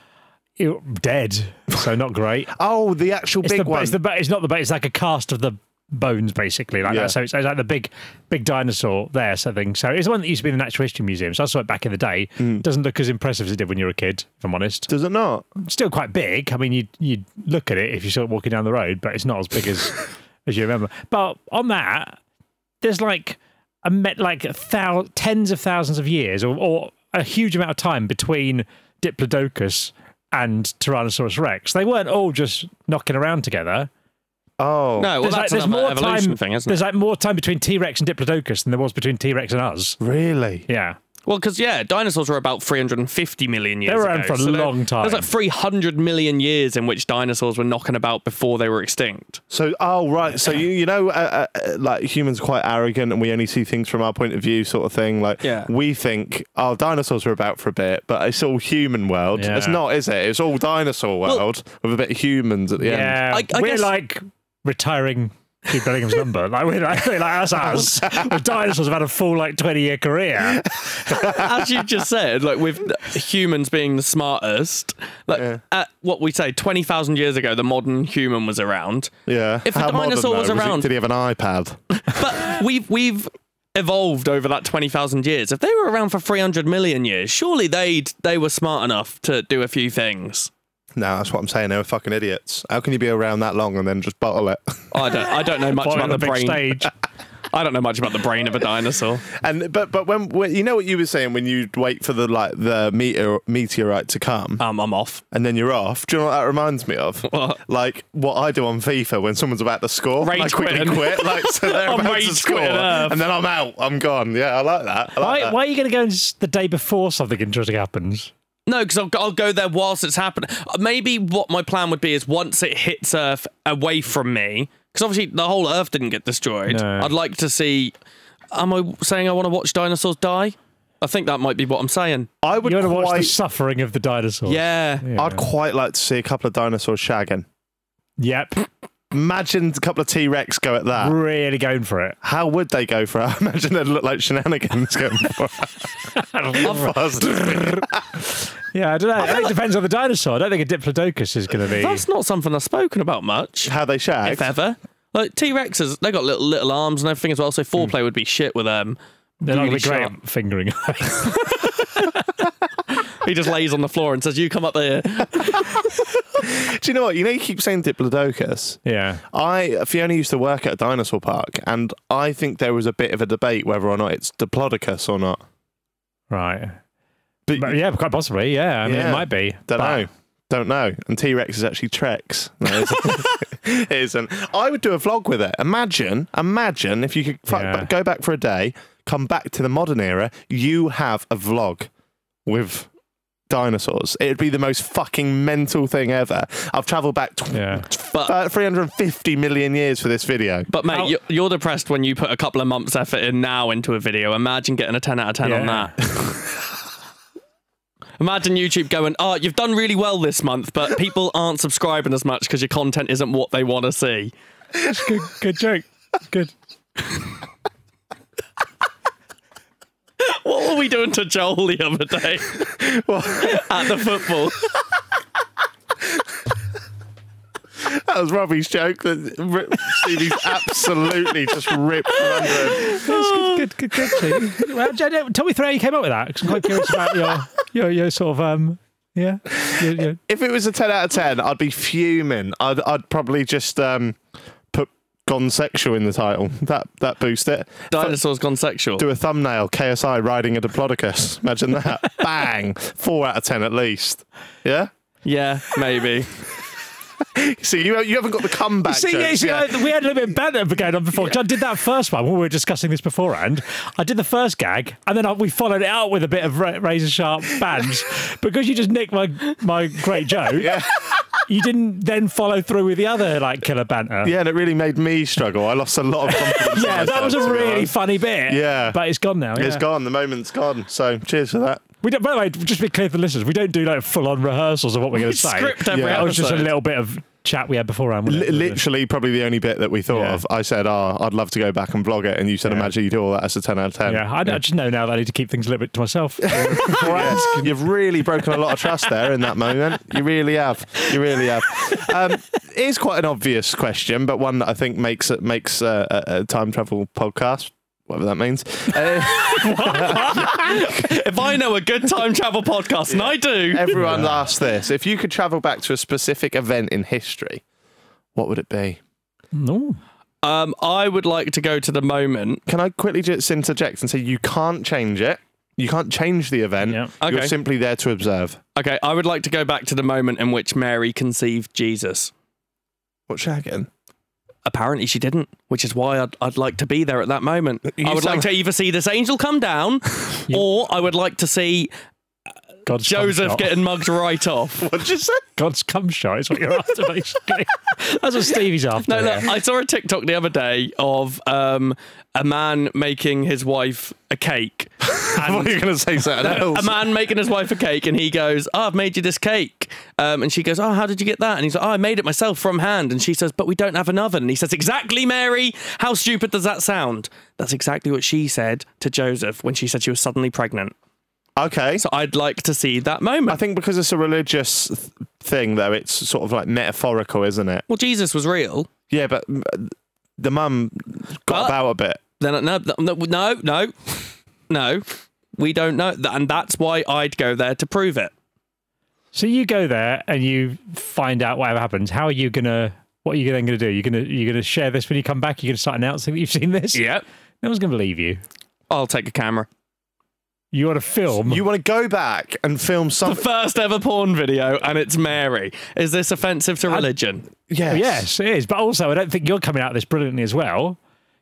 S5: Ew, dead, so not great.
S3: Oh, the actual
S5: It's
S3: big
S5: the,
S3: one.
S5: It's, the, ba- it's not the ba- It's like a cast of the bones, basically, like
S3: Yeah.
S5: that. So it's, it's like the big, big dinosaur there, so thing. So it's the one that used to be in the Natural History Museum. So I saw it back in the day.
S3: Mm.
S5: Doesn't look as impressive as it did when you were a kid, if I'm honest.
S3: Does it not?
S5: Still quite big. I mean, you you look at it if you saw it walking down the road, but it's not as big as as you remember. But on that, there's like a met like a thou- tens of thousands of years, or, or a huge amount of time between Diplodocus and Tyrannosaurus Rex. They weren't all just knocking around together
S3: Oh,
S4: No, well,
S5: there's, like,
S4: that's
S5: there's
S4: another
S5: more
S4: evolution
S5: time,
S4: thing, isn't it?
S5: There's like more time between T Rex and Diplodocus than there was between T Rex and us.
S3: really?
S5: Yeah.
S4: Well, because yeah, dinosaurs were about 350 million years.
S5: were around
S4: ago,
S5: for a
S4: there-
S5: long time.
S4: There's like 300 million years in which dinosaurs were knocking about before they were extinct.
S3: So, oh right. So you you know, uh, uh, uh, like humans are quite arrogant, and we only see things from our point of view, sort of thing. Like
S4: Yeah.
S3: we think, oh, dinosaurs are about for a bit, but it's all human world.
S5: Yeah.
S3: It's not, is it? It's all dinosaur world with a bit of humans at the end.
S5: Yeah.
S4: I- I
S5: we're
S4: guess-
S5: like retiring Jude Bellingham's number. Like we're like, we're like that's us. The dinosaurs have had a full like 20 year career.
S4: As you just said, like with humans being the smartest, like at what we say 20,000 years ago, the modern human was around.
S3: Yeah.
S4: If a
S3: How
S4: dinosaur
S3: modern,
S4: was
S3: though? he-
S4: around-
S3: did he have an iPad?
S4: But we've we've evolved over that 20,000 years. If they were around for 300 million years, surely they'd they were smart enough to do a few things.
S3: no, that's what I'm saying. They were fucking idiots. How can you be around that long and then just bottle it?
S4: I don't I don't know much
S5: Bottom
S4: about
S5: of the
S4: the
S5: big
S4: brain.
S5: stage.
S4: I don't know much about the brain of a dinosaur.
S3: and but but when, when you know what you were saying when you wait for the like the meteor meteorite to come.
S4: Um, I'm off.
S3: and then you're off. Do you know what that reminds me of?
S4: What?
S3: Like what I do on FIFA when someone's about to score.
S4: Rage
S3: I quickly
S4: quitting.
S3: quit. Like so they're
S4: I'm
S3: about to
S4: rage
S3: score,
S4: quitting Earth.
S3: and then I'm out. I'm gone. Yeah, I like that. I like
S5: Why,
S3: that.
S5: why are you going to go s- the day before something interesting happens?
S4: No, because I'll, go- I'll go there whilst it's happening. Uh, Maybe what my plan would be is once it hits Earth away from me, because obviously the whole Earth didn't get destroyed.
S5: No.
S4: I'd like to see. Am I saying I want to watch dinosaurs die? I think that might be what I'm saying.
S3: I would
S5: You want to watch the
S3: quite.
S5: suffering of the dinosaurs.
S4: Yeah.
S3: I'd quite like to see a couple of dinosaurs shagging.
S5: Yep.
S3: Imagine a couple of T Rex go at that.
S5: Really going for it.
S3: How would they go for it? I imagine they'd look like shenanigans going for it.
S4: I've,
S3: Fuzz.
S5: Yeah, I don't know. I think it depends on the dinosaur. I don't think a diplodocus is going to be.
S4: That's not something I've spoken about much,
S3: How they shag.
S4: if ever. Like T Rexes, they got little little arms and everything as well, so foreplay would be shit with them.
S5: Hmm. They're not going
S4: really
S5: to be great
S4: sharp.
S5: at fingering.
S4: He just lays on the floor and says, "You come up here."
S3: Do you know what? You know, you keep saying Diplodocus.
S5: yeah.
S3: I Fiona used to work at a dinosaur park, and I think there was a bit of a debate whether or not it's Diplodocus or not.
S5: Right.
S3: But,
S5: But yeah, quite possibly. Yeah. I mean,
S3: Yeah.
S5: it might be. but-
S3: Don't know. Don't know. And T Rex is actually Trex. No, it isn't. it isn't. I would do a vlog with it. Imagine, imagine if you could fuck
S5: Yeah.
S3: back, go back for a day, come back to the modern era, you have a vlog with dinosaurs. It'd be the most fucking mental thing ever. I've travelled back tw-
S5: Yeah.
S4: But-
S3: 350 million years for this video.
S4: But mate, you're, you're depressed when you put a couple of months effort in now into a video. Imagine getting a 10 out of 10 on
S5: Yeah.
S4: that. Imagine YouTube going, "Oh, you've done really well this month, but people aren't subscribing as much because your content isn't what they want to see."
S5: Good, good joke. Good.
S4: What were we doing to Joel the other day at the football?
S3: That was Robbie's joke that ri- Stevie's absolutely just ripped from under him.
S5: Good, good, good, good. Steve. well, Jen, yeah, tell me through how you came up with that. 'cause I'm quite curious about your, your, your sort of, um, yeah. Your, your,
S3: If it was a 10 out of 10, I'd be fuming. I'd, I'd probably just um, put gone sexual in the title. That that boost it.
S4: Dinosaurs gone sexual.
S3: Do a thumbnail, KSI riding a diplodocus. Imagine that. Bang. Four out of 10 at least. Yeah?
S4: Yeah, maybe.
S3: See, you, you haven't got the comeback.
S5: See, yeah,
S3: jokes
S5: see,
S3: yet.
S5: I- we had a little bit of banter going on before. John did that first one when we were discussing this beforehand. I did the first gag, and then I, we followed it out with a bit of ra- razor sharp bands because you just nicked my my great joke. You didn't then follow through with the other like killer banter.
S3: yeah, and it really made me struggle. I lost a lot of confidence. in
S5: Yeah, that
S3: myself,
S5: was a
S3: to be
S5: really
S3: honest.
S5: funny bit.
S3: Yeah.
S5: but it's gone now.
S3: It's
S5: yeah.
S3: gone. The moment's gone. So cheers for that.
S5: We don't, by the way, just to be clear for the listeners, we don't do like full on rehearsals of what we're going to say.
S4: script every
S5: That was just a
S4: episode.
S5: little bit of chat we had beforehand. wasn't
S3: Li-
S5: it?
S3: literally, probably the only bit that we thought
S5: Yeah.
S3: of. I said, "Oh, I'd love to go back and vlog it," and you said, "Imagine you do all that as a ten out of 10.
S5: Yeah, I, I just know now that I need to keep things a little bit to myself.
S3: Brad, You've really broken a lot of trust there in that moment. You really have. You really have. Um, it is quite an obvious question, but one that I think makes it makes uh, a, a time travel podcast. Whatever that means. Uh,
S4: if I know a good time travel podcast, and I do,
S3: everyone asks this: If you could travel back to a specific event in history, what would it be?
S5: no.
S4: um, I would like to go to the moment.
S3: Can I quickly just interject and say you can't change it? You can't change the event.
S5: Yeah.
S3: You're
S4: Okay.
S3: simply there to observe.
S4: Okay, I would like to go back to the moment in which Mary conceived Jesus.
S3: What shagging?
S4: apparently she didn't, which is why I'd, I'd like to be there at that moment.
S3: You
S4: I would
S3: sound-
S4: like to either see this angel come down, or I would like to see
S5: God's cum
S4: Joseph
S5: shot.
S4: getting mugged right off.
S3: What'd you say?
S5: God's cum shot is what you're after, basically. That's what Stevie's after.
S4: No,
S5: here.
S4: look, I saw a TikTok the other day of um, a man making his wife a cake.
S3: I thought you were going to say something
S4: a
S3: else.
S4: man making his wife a cake, and he goes, oh, "I've made you this cake," um, and she goes, "Oh, how did you get that?" And he's like, "Oh, I made it myself from hand." And she says, "But we don't have an oven." And he says, "Exactly, Mary. How stupid does that sound?" That's exactly what she said to Joseph when she said she was suddenly pregnant.
S3: Okay.
S4: So I'd like to see that
S3: I
S4: moment.
S3: think because it's a religious th- thing, though, it's sort of like metaphorical, isn't it?
S4: well, Jesus was real.
S3: Yeah, but mm, the mum got
S4: But-
S3: about a bit.
S4: Then no, no, no, no, no. We don't know, and that's why I'd go there to prove it.
S5: So you go there and you find out whatever happens. How are you gonna? What are you then gonna do? You're gonna you're gonna share this when you come back. You're gonna start announcing that you've seen this.
S4: Yep.
S5: No one's gonna believe you.
S4: I'll take a camera.
S5: You want to film?
S3: You want to go back and film
S4: The
S3: something?
S4: first ever porn video, and it's Mary. Is this offensive to religion?
S3: yes.
S5: yes, it is. But also, I don't think you're coming out of this brilliantly as well.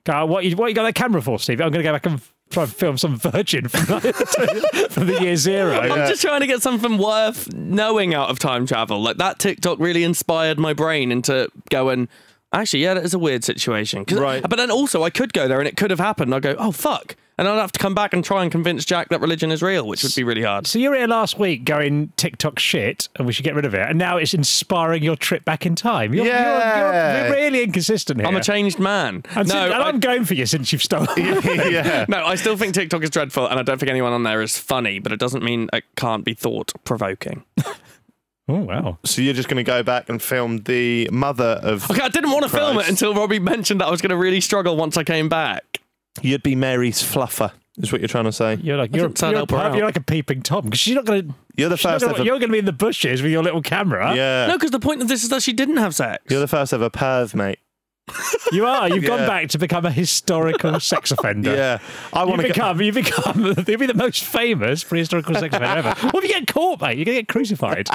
S5: Go, what you what you got that camera for, Steve? I'm gonna go back and f- try and film some virgin from, from the year zero.
S4: I'm just trying to get something worth knowing out of time travel. Like that TikTok really inspired my brain into going. Actually, yeah, that is a weird situation. 'Cause-
S3: Right.
S4: But then also, I could go there and it could have happened. I go, oh fuck, And I'd have to come back and try and convince Jack that religion is real, which would be really hard.
S5: So you were here last week going TikTok shit, and we should get rid of it. And now it's inspiring your trip back in time. You're,
S3: Yeah.
S5: you're, you're really inconsistent here.
S4: I'm a changed man.
S5: and, since-
S4: no,
S5: and
S4: I-
S5: I'm going for you since you've stolen.
S3: yeah.
S4: no, I still think TikTok is dreadful, and I don't think anyone on there is funny, but it doesn't mean it can't be thought provoking.
S5: Oh wow!
S3: So you're just going to go back and film the mother of.
S4: Okay, I didn't want to film it
S3: Christ.
S4: until Robbie mentioned that I was going to really struggle once I came back.
S3: You'd be Mary's fluffer, is what you're trying to say.
S5: You're like you're,
S4: didn't turn
S5: you're, a
S4: up or
S5: perv-
S4: out.
S5: you're like a peeping tom because you're not going to.
S3: You're the first ever.
S5: You're going to be in the bushes with your little camera.
S3: yeah.
S4: No, because the point of this is that she didn't have sex.
S3: You're the first ever perv, mate.
S5: You are. You've gone
S3: Yeah.
S5: back to become a historical sex offender.
S3: Yeah. I
S5: You
S3: want to
S5: become, you become, you'll be the most famous prehistorical sex offender ever. What if you get caught, mate? You're going to get crucified.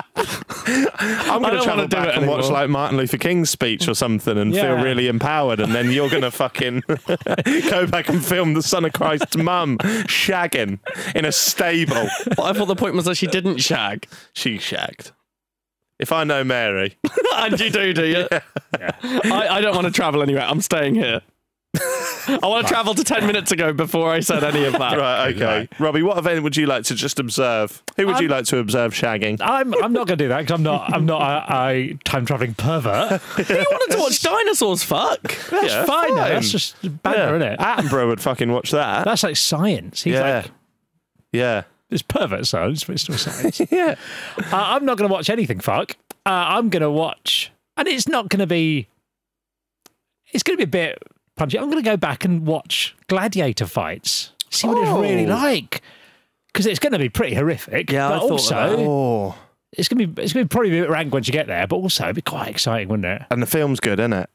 S3: I'm going
S4: don't
S3: to travel
S4: wanna do
S3: back
S4: it
S3: and watch
S4: anymore.
S3: like Martin Luther King's speech or something and feel
S5: Yeah.
S3: really empowered. And then you're going to fucking go back and film the Son of Christ's mum shagging in a stable.
S4: But I thought the point was that she didn't shag.
S3: She shagged. If I know Mary,
S4: and you do, do you? I, I don't want to travel anywhere. I'm staying here. I want to travel to 10 minutes ago before I said any of that.
S3: right? Okay, Robbie. What event would you like to just observe? Who would you like to observe shagging?
S5: I'm, I'm not going to do that because I'm not, I'm not a, a time traveling pervert.
S4: You wanted to watch dinosaurs fuck.
S5: That's
S3: Yeah,
S5: fine. though.
S3: fine.
S5: That's just banter,
S3: Yeah.
S5: innit?
S3: Attenborough would fucking watch that.
S5: That's like science. He's
S3: yeah,
S5: like,
S3: yeah.
S5: it's pervert science, but it's still science. yeah. Uh, I'm not going to watch anything, fuck. Uh, I'm going to watch, and it's not going to be, it's going to be a bit punchy. I'm going to go back and watch gladiator fights, see what it's really like. Because it's going to be pretty horrific.
S4: Oh. Yeah,
S5: but
S4: I thought of
S5: also,
S4: that.
S3: Oh,
S5: it's going to be it's going to be probably a bit rank once you get there, but also it'd be quite exciting, wouldn't it?
S3: and the film's good, isn't it?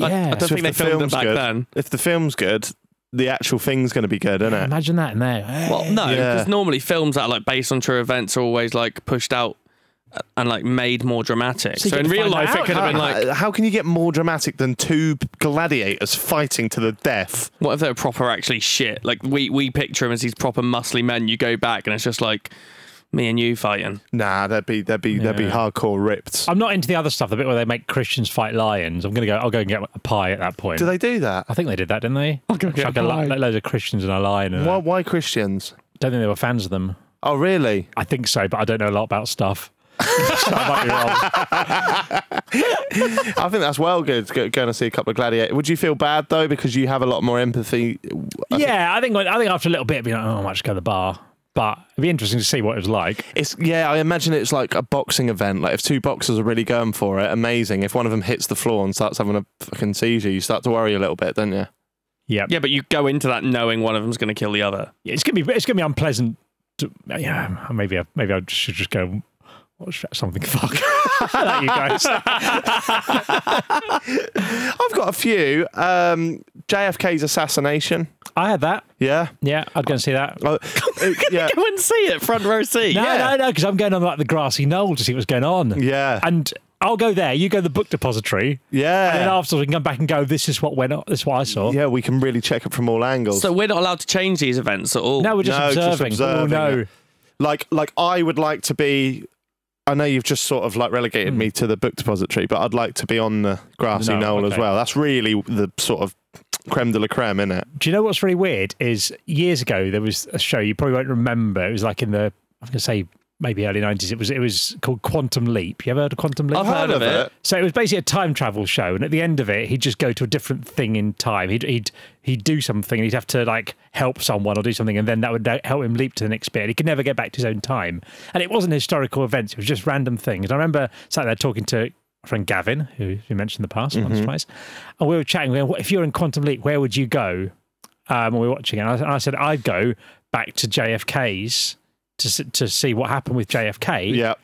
S4: I- I,
S5: Yeah.
S4: don't think they filmed it back
S3: good,
S4: then.
S3: if the film's good, the actual thing's going to be good, isn't it?
S5: Imagine that in there.
S4: Well, no,
S3: Yeah.
S4: because normally films that are like based on true events are always like pushed out and like made more dramatic.
S5: So
S4: So,
S5: you
S4: in
S5: can
S4: real
S5: find
S4: life,
S5: out,
S4: it could have been
S5: can't
S4: like,
S3: how, how can you get more dramatic than two gladiators fighting to the death?
S4: what if they're proper actually shit? Like we we picture him as these proper muscly men. You go back and it's just like me and you fighting.
S3: Nah, that'd be that'd be that'd be hardcore ripped.
S5: I'm not into the other stuff, the bit where they make Christians fight lions. I'm gonna go. I'll go and get a pie at that point.
S3: Do they do that?
S5: I think they did that, didn't they?
S4: go
S5: It's
S4: get
S5: like
S4: a
S5: lo-
S4: pie.
S5: like loads of Christians and a lion. And
S3: Why, why Christians?
S5: I don't think they were fans of them.
S3: Oh, really?
S5: I think so, but I don't know a lot about stuff. so I might be wrong.
S3: I think that's well good. go- Going to see a couple of gladiators. Would you feel bad though because you have a lot more empathy?
S5: yeah, I think I think after a little bit, it'd be like, oh, I might just go to the bar. But it'd be interesting to see what it was like.
S3: It's yeah. I imagine it's like a boxing event. Like if two boxers are really going for it, amazing. If one of them hits the floor and starts having a fucking seizure, you start to worry a little bit, don't you?
S5: Yeah,
S4: Yeah, but you go into that knowing one of them's going to kill the other.
S5: it's gonna be it's gonna be unpleasant. To, yeah, maybe I, maybe I should just go watch something. Fuck, Like you guys.
S3: I've got a few. Um, JFK's assassination.
S5: I had that.
S3: Yeah.
S5: Yeah, I'd go and see that.
S3: Oh, uh, yeah.
S4: Go and see it, front row seat.
S5: No,
S3: Yeah.
S5: no, no, because I'm going on like the grassy knoll to see what's going on.
S3: Yeah.
S5: And I'll go there. You go to the book depository.
S3: Yeah.
S5: And then afterwards we can come back and go, this is what went on. This is what I saw.
S3: yeah, we can really check it from all angles.
S4: So we're not allowed to change these events at all.
S5: No, we're just
S3: No, just
S5: observing.
S3: observing
S5: Oh, no.
S3: it. like like I would like to be I know you've just sort of like relegated me to the book depository, but I'd like to be on the grassy
S5: No,
S3: knoll as
S5: okay.
S3: well. That's really the sort of creme de la creme, isn't it?
S5: Do you know what's really weird is years ago there was a show you probably won't remember. It was like in the, I'm going to say maybe early 90s. It was, it was called Quantum Leap. You ever heard of Quantum Leap?
S4: I've heard of it.
S5: So it was basically a time travel show, and at the end of it, he'd just go to a different thing in time. He'd he'd he'd do something, and he'd have to like help someone or do something, and then that would help him leap to the next bit. And he could never get back to his own time. And it wasn't historical events; it was just random things. And I remember sat there talking to my friend Gavin, who we mentioned in the past once or twice, and we were chatting. We were, if you're in Quantum Leap, where would you go? Um, and we were watching, it, and I, and I said I'd go back to JFK's to s- to see what happened with JFK
S3: Yeah.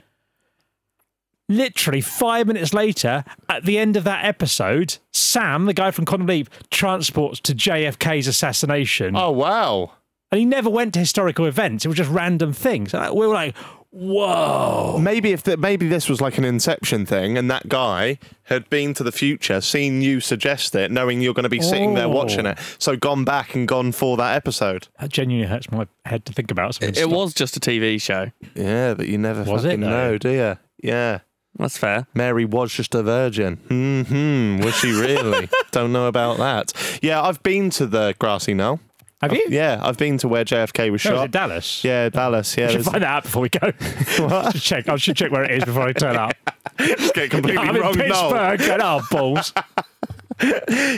S5: literally five minutes later, at the end of that episode, Sam, the guy from Quantum Leap, transports to JFK's assassination.
S3: Oh wow.
S5: And he never went to historical events. It was just random things. And I- we were like, whoa.
S3: Maybe if the, maybe this was like an inception thing and that guy had been to the future, seen you suggest it, knowing you're going to be sitting there
S5: Oh.
S3: watching it. So gone back and gone for that episode.
S5: That genuinely hurts my head to think about. so it's
S4: It
S5: not-
S4: was just a TV show.
S3: Yeah, but you never
S5: Was it,
S3: fucking
S5: though?
S3: know, do you? Yeah.
S4: That's fair.
S3: Mary was just a virgin. Mm-hmm. Hmm. Was she really? Don't know about that. Yeah, I've been to the grassy knoll.
S5: Have you?
S3: Yeah, I've been to where JFK was
S5: No,
S3: shot.
S5: was it Dallas?
S3: Yeah, Dallas.
S5: I
S3: Yeah,
S5: should
S3: there's-
S5: find that out before we go. Should check. I should check where it is before I turn up.
S3: get completely
S5: I'm in
S3: wrong.
S5: Pittsburgh.
S3: No.
S5: Going, oh balls.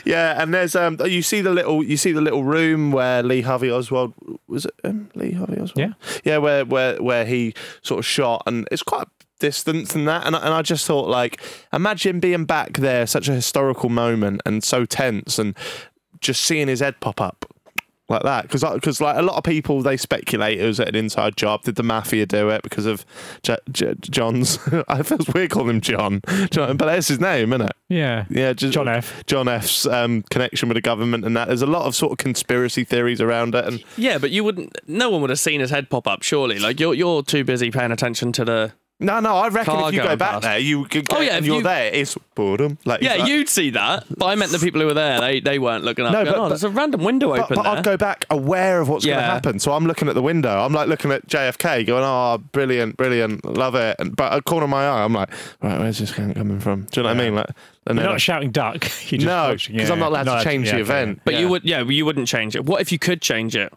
S3: Yeah, and there's um, you see the little you see the little room where Lee Harvey Oswald was it um, Lee Harvey Oswald?
S5: Yeah.
S3: yeah, where where where he sort of shot, and it's quite a distance and that, and I- and I just thought like, imagine being back there, such a historical moment, and so tense, and just seeing his head pop up. Like that, because because like a lot of people, they speculate it was an inside job. Did the mafia do it because of J- J- John's? I feels weird calling him John, John, but that's his name, isn't it?
S5: Yeah.
S3: Yeah, just
S5: John F.
S3: John F's um, connection with the government and that. There's a lot of sort of conspiracy theories around it, and
S4: Yeah, but you wouldn't. No one would have seen his head pop up. Surely, like you're you're too busy paying attention to the.
S3: no, no, I reckon
S4: Car
S3: if you go
S4: going
S3: back
S4: past.
S3: there, you could get,
S4: Oh, yeah,
S3: and
S4: if
S3: you're
S4: you-
S3: there. It's boredom. Like
S4: Yeah,
S3: like-
S4: you'd see that, but I meant the people who were there. They they weren't looking up.
S3: No,
S4: No,
S3: but-
S4: oh, there's a random window
S3: But,
S4: open
S3: but
S4: there.
S3: I'd go back aware of what's going to
S4: Yeah.
S3: happen. So I'm looking at the window. I'm like looking at JFK, going, "Oh, brilliant, brilliant, love it." And but a corner of my eye, I'm like, "Right, where's this guy coming from?" Do you know what I mean? Like, and
S5: You're
S3: then I-
S5: not shouting duck. You're just
S3: no,
S5: watching,
S3: because
S5: yeah.
S3: I'm not allowed to change
S5: yeah,
S3: the
S5: okay.
S3: event.
S4: but
S3: Yeah.
S4: you would, yeah, you wouldn't change it. What if you could change it?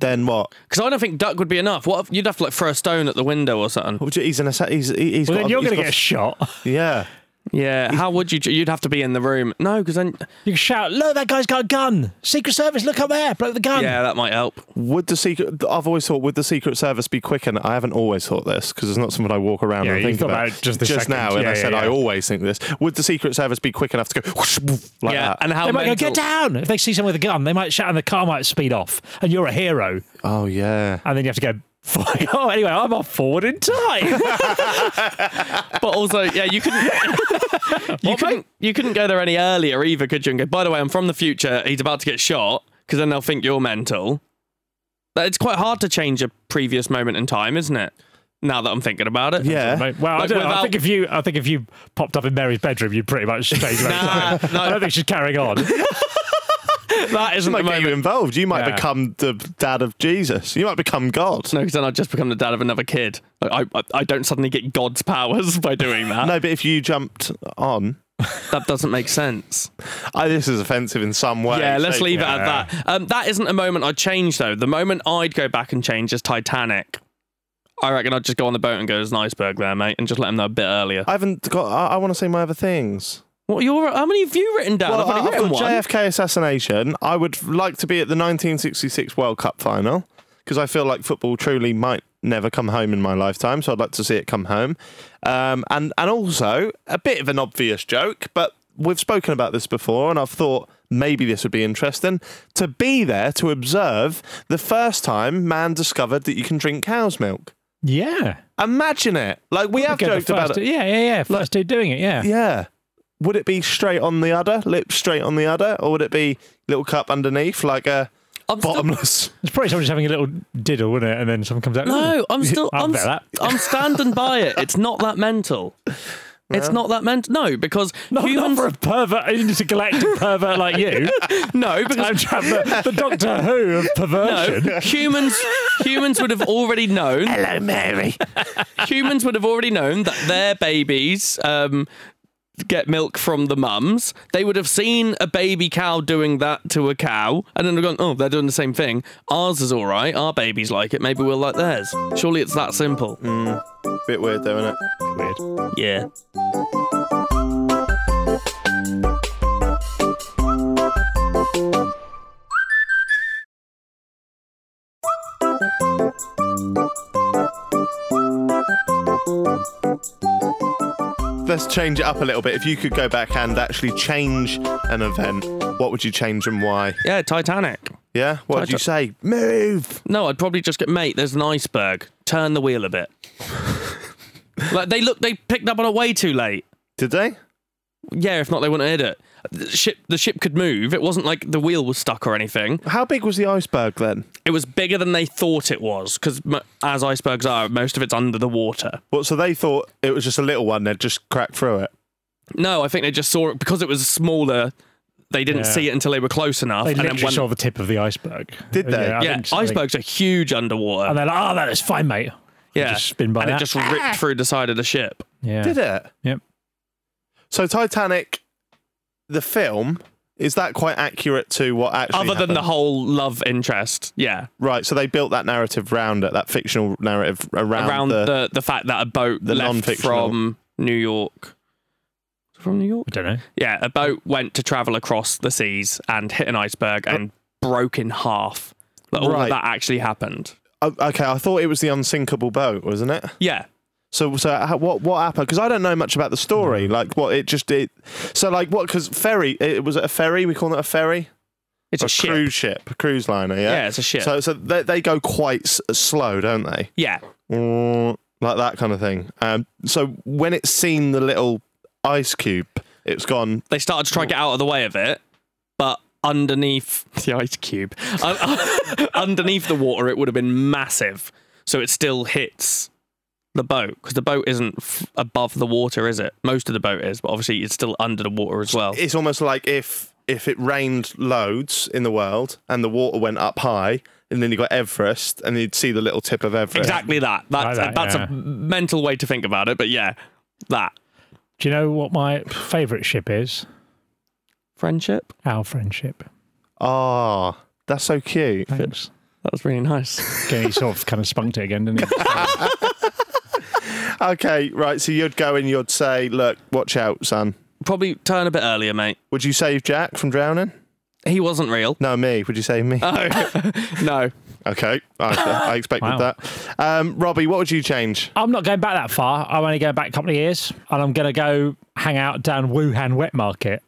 S3: then what?
S4: Because I don't think duck would be enough. What if, you'd have to like throw a stone at the window or something?
S3: Well, He's an. assa- He's. he- he's
S5: Well,
S3: got
S5: then
S3: a-
S5: you're
S3: he's
S5: going to
S3: got
S5: get
S3: a-
S5: shot.
S3: yeah.
S4: Yeah, how would you? You'd have to be in the room. No, because then
S5: You can shout, look, that guy's got a gun. Secret Service, look up there. Blow the gun.
S4: yeah, that might help.
S3: Would the secret? I've always thought would the Secret Service be quicker? And I haven't always thought this because it's not something I walk around
S5: Yeah,
S3: and
S5: you
S3: think
S5: thought
S3: about.
S5: about it just the second.
S3: now, and
S5: Yeah,
S3: I
S5: yeah,
S3: said I
S5: yeah.
S3: always think this. Would the Secret Service be quick enough to go whoosh, woof, like
S4: yeah,
S3: that?
S4: and how
S5: They might go,
S4: mental-
S5: get down. If they see someone with a gun, they might shout and the car might speed off. And you're a hero.
S3: oh yeah,
S5: And then you have to go, fuck, oh, anyway, I'm off forward in time.
S4: But also, yeah, you couldn't. you couldn't. You couldn't go there any earlier either, could you? And go. By the way, I'm from the future. He's about to get shot because then they'll think you're mental. But It's quite hard to change a previous moment in time, isn't it? Now that I'm thinking about it.
S3: yeah.
S5: Mate, well, I,
S4: Like,
S5: don't know. I
S4: without-
S5: think if you, I think if you popped up in Mary's bedroom, you'd pretty much change. nah,
S4: Nah, no.
S5: I don't think she's carrying on.
S4: That isn't the
S3: Might get you
S4: moment.
S3: involved. You might
S5: Yeah.
S3: become the dad of Jesus. You might become God.
S4: No, because then I'd just become the dad of another kid. Like, I, I I don't suddenly get God's powers by doing that.
S3: No, but if you jumped on,
S4: That doesn't make sense.
S3: I, this is offensive in some way.
S4: Yeah, let's
S3: shape,
S4: leave
S3: or
S4: it at that. Um, that isn't a moment I'd change though. The moment I'd go back and change is Titanic. I reckon I'd just go on the boat and go, there's an iceberg there, mate, and just let them know a bit earlier.
S3: I haven't got. I, I want to say my other things.
S4: What are your, how many have you written down? I've
S3: Well,
S4: only
S3: I- I've
S4: written
S3: got
S4: one.
S3: JFK assassination. I would like to be at the 1966 World Cup final because I feel like football truly might never come home in my lifetime. So I'd like to see it come home. Um, and and also a bit of an obvious joke, but we've spoken about this before, and I've thought maybe this would be interesting to be there to observe the first time man discovered that you can drink cow's milk.
S5: yeah,
S3: Imagine it. Like we have
S5: Go the
S3: joked about
S5: first-
S3: it.
S5: Yeah, yeah, yeah. First dude doing it. Yeah.
S3: Yeah. Would it be straight on the udder, lip straight on the udder, or would it be little cup underneath, like a
S4: I'm still-
S3: bottomless?
S5: it's probably someone just having a little diddle, wouldn't it? And then someone comes out.
S4: No, I'm still.
S5: I'll
S4: I'm,
S5: bet that.
S4: I'm standing by it. It's not that mental. It's not that mental. No, because
S5: Not, not
S4: humans.
S5: for a pervert, intergalactic pervert like you.
S4: no,
S5: Time
S4: because
S5: travel, the Doctor Who of perversion.
S4: no, humans. Humans would have already known.
S3: Hello, Mary.
S4: humans would have already known that their babies um, get milk from the mums. They would have seen a baby cow doing that to a cow, and then they're going, "Oh, they're doing the same thing. Ours is all right. Our babies like it. Maybe we'll like theirs." Surely it's that simple.
S3: Bit weird, though, isn't it?
S5: Weird.
S4: Yeah.
S3: Let's change it up a little bit. If you could go back and actually change an event, what would you change and why?
S4: Yeah. Titanic.
S3: Yeah. What would you say? Move.
S4: No, I'd probably just get mate. There's an iceberg. Turn the wheel a bit. like they look, they picked up on it way too late.
S3: Did they?
S4: Yeah, if not, they wouldn't have hit it. The ship, the ship could move. It wasn't like the wheel was stuck or anything.
S3: How big was the iceberg then?
S4: It was bigger than they thought it was, because as icebergs are, most of it's under the water.
S3: What? So they thought it was just a little one. They'd just crack through it.
S4: No, I think they just saw it because it was smaller. They didn't
S5: Yeah.
S4: see it until they were close enough.
S5: They literally
S4: then when-
S5: saw the tip of the iceberg.
S3: Did they?
S5: I
S4: yeah,
S5: think so, I think-
S4: icebergs are huge underwater.
S5: And they're like, oh, that is fine, mate.
S4: yeah,
S5: just spin by
S4: and
S5: that.
S4: it just ripped through the side of the ship.
S5: Yeah.
S3: Did it?
S5: Yep.
S3: So Titanic, the film, Is that quite accurate to what actually?
S4: Other than the
S3: happened?
S4: whole love interest, yeah,
S3: right. So they built that narrative round it, that fictional narrative around,
S4: around
S3: the,
S4: the, the fact that a boat
S3: the
S4: left
S3: non-fictional-
S4: from New York, from New York,
S5: I don't know.
S4: yeah, a boat went to travel across the seas and hit an iceberg and
S5: Uh,
S4: broke in half. Like, all
S3: Right.
S4: of that actually happened.
S3: Oh, okay, I thought it was the unsinkable boat, wasn't it?
S4: Yeah,
S3: So, so how- what what happened? Because I don't know much about the story.
S4: Mm.
S3: Like, what it just it. So, like, what? Because ferry, it was it a ferry. We call it a ferry.
S4: it's a,
S3: a
S4: ship.
S3: cruise ship, a cruise liner. Yeah,
S4: Yeah, it's a ship.
S3: So, so they, they go quite s- slow, don't they?
S4: Yeah,
S3: Mm, Like that kind of thing. Um, so when it's seen the little ice cube, it's gone.
S4: they started to try and get out of the way of it, but underneath the ice cube, un- underneath the water, it would have been massive. So it still hits the boat because the boat isn't f- above the water, is it? Most of the boat is, but obviously it's still under the water as well.
S3: It's almost like if if it rained loads in the world and the water went up high, and then you got Everest, and you'd see the little tip of Everest.
S4: Exactly that. That's,
S5: that,
S4: that's
S5: yeah.
S4: a mental way to think about it, but yeah, that
S5: Do you know what my favourite ship is?
S4: friendship.
S5: Our friendship.
S3: Ah, that's so cute.
S5: Thanks.
S4: That was really nice.
S5: Okay, he sort of kind of spunked it again, didn't he?
S3: Okay, right. So you'd go and you'd say, "Look, watch out, son."
S4: Probably turn a bit earlier, mate.
S3: Would you save Jack from drowning?
S4: He wasn't real.
S3: No, me. Would you save me?
S4: No, no.
S3: Okay, I, I expected
S5: Wow.
S3: that. Um, Robbie, what would you change?
S5: I'm not going back that far. I'm only going back a couple of years, and I'm going to go hang out down Wuhan Wet Market,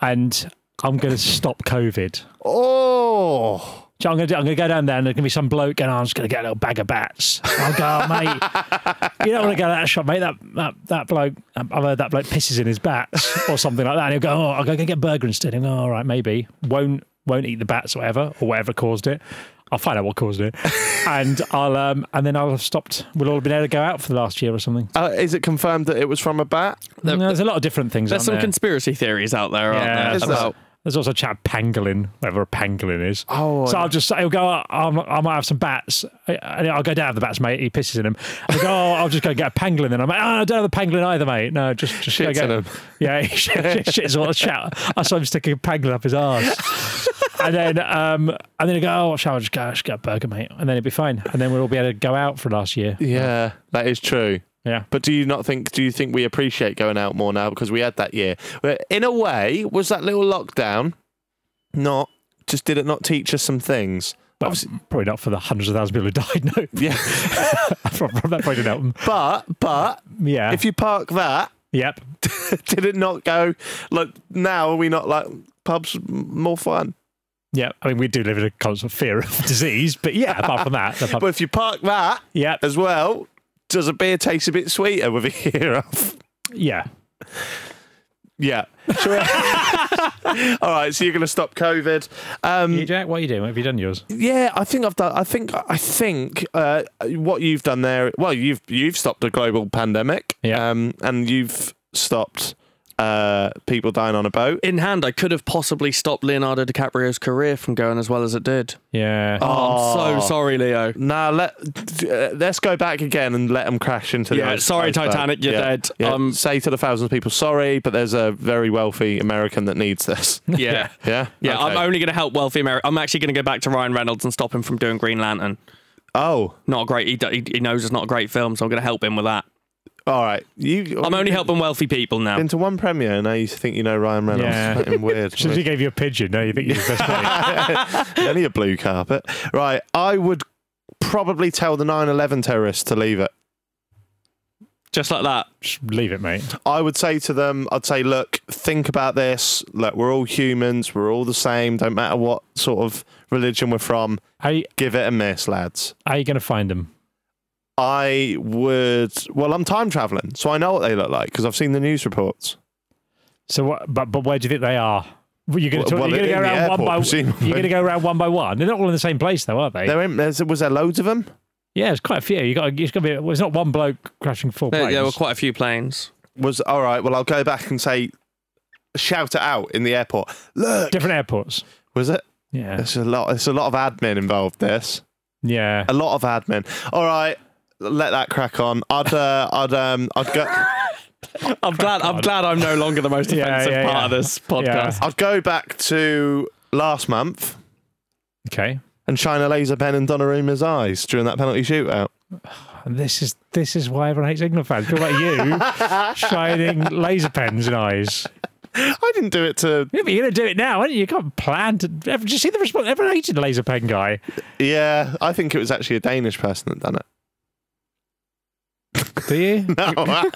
S5: and I'm going to stop COVID.
S3: Oh,
S5: So I'm going to do, I'm going to go down there, and there's going to be some bloke, and I'm just going to get a little bag of bats. I'll go, "Oh, mate. You don't want to go to that shop, mate. That that, that bloke, I've heard that bloke pisses in his bats or something like that. And he'll go, oh, I'll go get a burger instead. And go, all right, maybe won't won't eat the bats or whatever or whatever caused it. I'll find out what caused it, and I'll um and then I'll have stopped. We'll all have been able to go out for the last year or something.
S3: uh, is it confirmed that it was from a bat?
S4: There-
S5: No, there's a lot of different things.
S4: There's
S5: aren't
S4: some
S5: there?
S4: conspiracy theories out there, aren't
S5: Yeah,
S4: there?
S5: there's
S4: About
S5: There's also a chat of pangolin, whatever a pangolin is.
S3: Oh,
S5: so
S3: I-
S5: I'll just I'll go. "Oh, I'm, I might have some bats. And I'll go down to the bats, mate. He pisses in him. I go. Oh, I'll just go get a pangolin. And I'm like, oh, I don't have a pangolin either, mate. No, just just go
S3: Shits
S5: get
S3: in 'em.
S5: Yeah, he shit- shits all the chat. I saw him sticking a pangolin up his arse. and then um and then I go. Oh, shall I just go? I should get a burger, mate. And then it'd be fine. And then we'll all be able to go out for last year.
S3: Yeah, that is true.
S5: Yeah.
S3: But do you not think? Do you think we appreciate going out more now because we had that year? But in a way, was that little lockdown not? Just did it not teach us some things?
S5: But probably not for the hundreds of thousands of people who died. No,
S3: Yeah,
S5: probably that probably didn't help them.
S3: but but
S5: Yeah.
S3: if you park that,
S5: yep.
S3: did it not go? Like now, are we not like pubs more fun?
S5: Yeah, I mean, we do live in a constant fear of disease, but yeah, apart from that, the pub-
S3: But if you park that
S5: yeah,
S3: as well, does a beer taste a bit sweeter with a year off?
S5: yeah,
S3: Yeah. Shall we- All right. So you're going to stop COVID. Um,
S5: You, Jack, what are you doing? What have you done yours?
S3: yeah, I think I've done. I think I think uh, what you've done there. Well, you've you've stopped a global pandemic.
S5: Yeah.
S3: Um, and you've stopped uh, people dying on a boat.
S4: in hand, I could have possibly stopped Leonardo DiCaprio's career from going as well as it did.
S5: Yeah,
S4: Oh, I'm
S3: Oh.
S4: so sorry, Leo.
S3: Nah, let uh, let's go back again and let them crash into the
S4: Yeah,
S3: ice-
S4: sorry,
S3: iceberg.
S4: Titanic, you're
S3: Yeah,
S4: dead.
S3: yeah.
S4: Um,
S3: say to the thousands of people, sorry, but there's a very wealthy American that needs this.
S4: Yeah.
S3: Yeah,
S4: Yeah, I'm
S3: Okay.
S4: only going to help wealthy America. I'm actually going to go back to Ryan Reynolds and stop him from doing Green Lantern.
S3: oh,
S4: Not a great. He, d- he, he knows it's not a great film, so I'm going to help him with that.
S3: all right. You,
S4: I'm only helping wealthy people now.
S3: been to one premiere and now you think you know Ryan Reynolds.
S5: Yeah.
S3: Fucking weird.
S5: so she gave you a pigeon. No, you think you're the best mate.
S3: Only a blue carpet. Right, I would probably tell the 9/11 terrorists to leave it.
S4: Just like that.
S5: Just leave it, mate.
S3: I would say to them, I'd say, look, think about this. Look, we're all humans. We're all the same. Don't matter what sort of religion we're from.
S5: How you,
S3: Give it a miss, lads.
S5: how you going to find them?
S3: I would. Well, I'm time traveling, so I know what they look like because I've seen the news reports.
S5: So what? But but where do you think they are? Well, You're going to
S3: Well, well,
S5: you're going to
S3: in
S5: go
S3: the
S5: around one
S3: airport,
S5: by
S3: presumably.
S5: you're going to go around one by one. They're not all in the same place, though, are they?
S3: There ain't, there's, was there loads of them?
S5: yeah, it's quite a few. You got it's going to be. Well, it's not one bloke crashing four
S4: There,
S5: planes.
S4: there were quite a few planes.
S3: Was all right. Well, I'll go back and say, shout it out in the airport. Look,
S5: different airports.
S3: was it?
S5: Yeah,
S3: It's a lot. It's a lot of admin involved. This.
S5: yeah.
S3: A lot of admin. All right, let that crack on. I'd, uh, I'd, um, I'd go.
S4: I'm glad. I'm glad I'm no longer the most
S5: Yeah,
S4: offensive
S5: yeah,
S4: part of
S5: yeah.
S4: this podcast.
S3: I'd go back to last month
S5: Okay.
S3: and China laser pen and Donnarumma's eyes during that penalty shootout.
S5: And this is this is why everyone hates England fans. People like you shining laser pens in eyes.
S3: I didn't do it to.
S5: Yeah, but you're gonna do it now, aren't you? You can't plan to. Did you see the response? Everyone hated laser pen guy.
S3: Yeah, I think it was actually a Danish person that done it.
S5: Do you?
S3: No.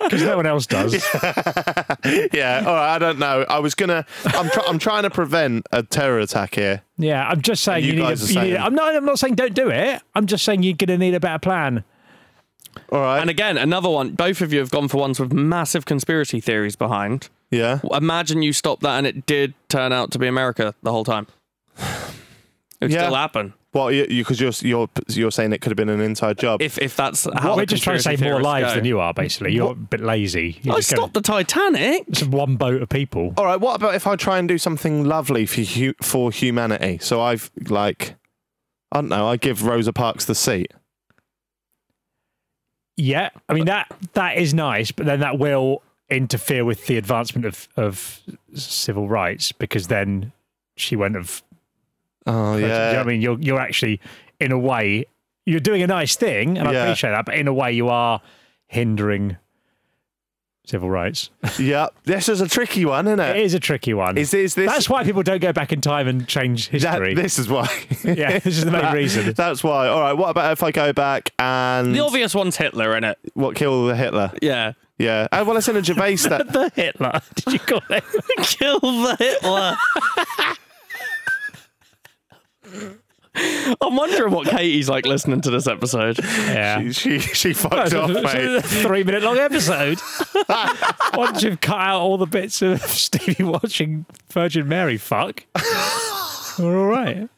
S5: Because no one else does.
S3: yeah, all right, I don't know. I was gonna. I'm try, I'm trying to prevent a terror attack here.
S5: Yeah, I'm just saying
S3: You
S5: you, need.
S3: guys
S5: A,
S3: are
S5: you need
S3: saying-
S5: I'm not. I'm not saying don't do it. I'm just saying you're gonna need a better plan.
S3: All right.
S4: And again, another one. Both of you have gone for ones with massive conspiracy theories behind.
S3: yeah.
S4: Imagine you stopped that and it did turn out to be America the whole time. It would
S3: Yeah.
S4: still happen
S3: Well, you because you're you're you're saying it could have been an inside job.
S4: if if that's how.
S5: We're
S4: the
S5: just trying to
S4: conspiracy
S5: save more
S4: theorists
S5: lives
S4: go.
S5: than you are. Basically, you're a bit lazy. You're
S4: I
S5: just going
S4: stopped the Titanic.
S5: to one boat of people.
S3: all right. What about if I try and do something lovely for hu- for humanity? So I've like, I don't know. I give Rosa Parks the seat.
S5: Yeah, I mean that that is nice, but then that will interfere with the advancement of of civil rights because then she won't have.
S3: Oh
S5: do you know what
S3: yeah.
S5: I mean, you're you're actually in a way you're doing a nice thing, and
S3: Yeah.
S5: I appreciate that, but in a way you are hindering civil rights.
S3: yeah. This is a tricky one, isn't
S5: It
S3: it?
S5: is a tricky one.
S3: Uh, Is, is this
S5: That's why people don't go back in time and change
S3: that-
S5: history.
S3: this is why.
S5: yeah, this is the main
S3: That-
S5: reason.
S3: That's why. All right. What about if I go back and
S4: The obvious one's Hitler in it.
S3: what kill the Hitler?
S4: Yeah.
S3: Yeah. Oh, well, it's in a Gervais that
S5: The Hitler? Did you call it?
S4: Kill the Hitler. I'm wondering what Katie's like listening to this episode.
S5: yeah.
S3: she she fucked off, mate.
S5: three minute long episode. Once you've cut out all the bits of Stevie watching Virgin Mary fuck, we're all right.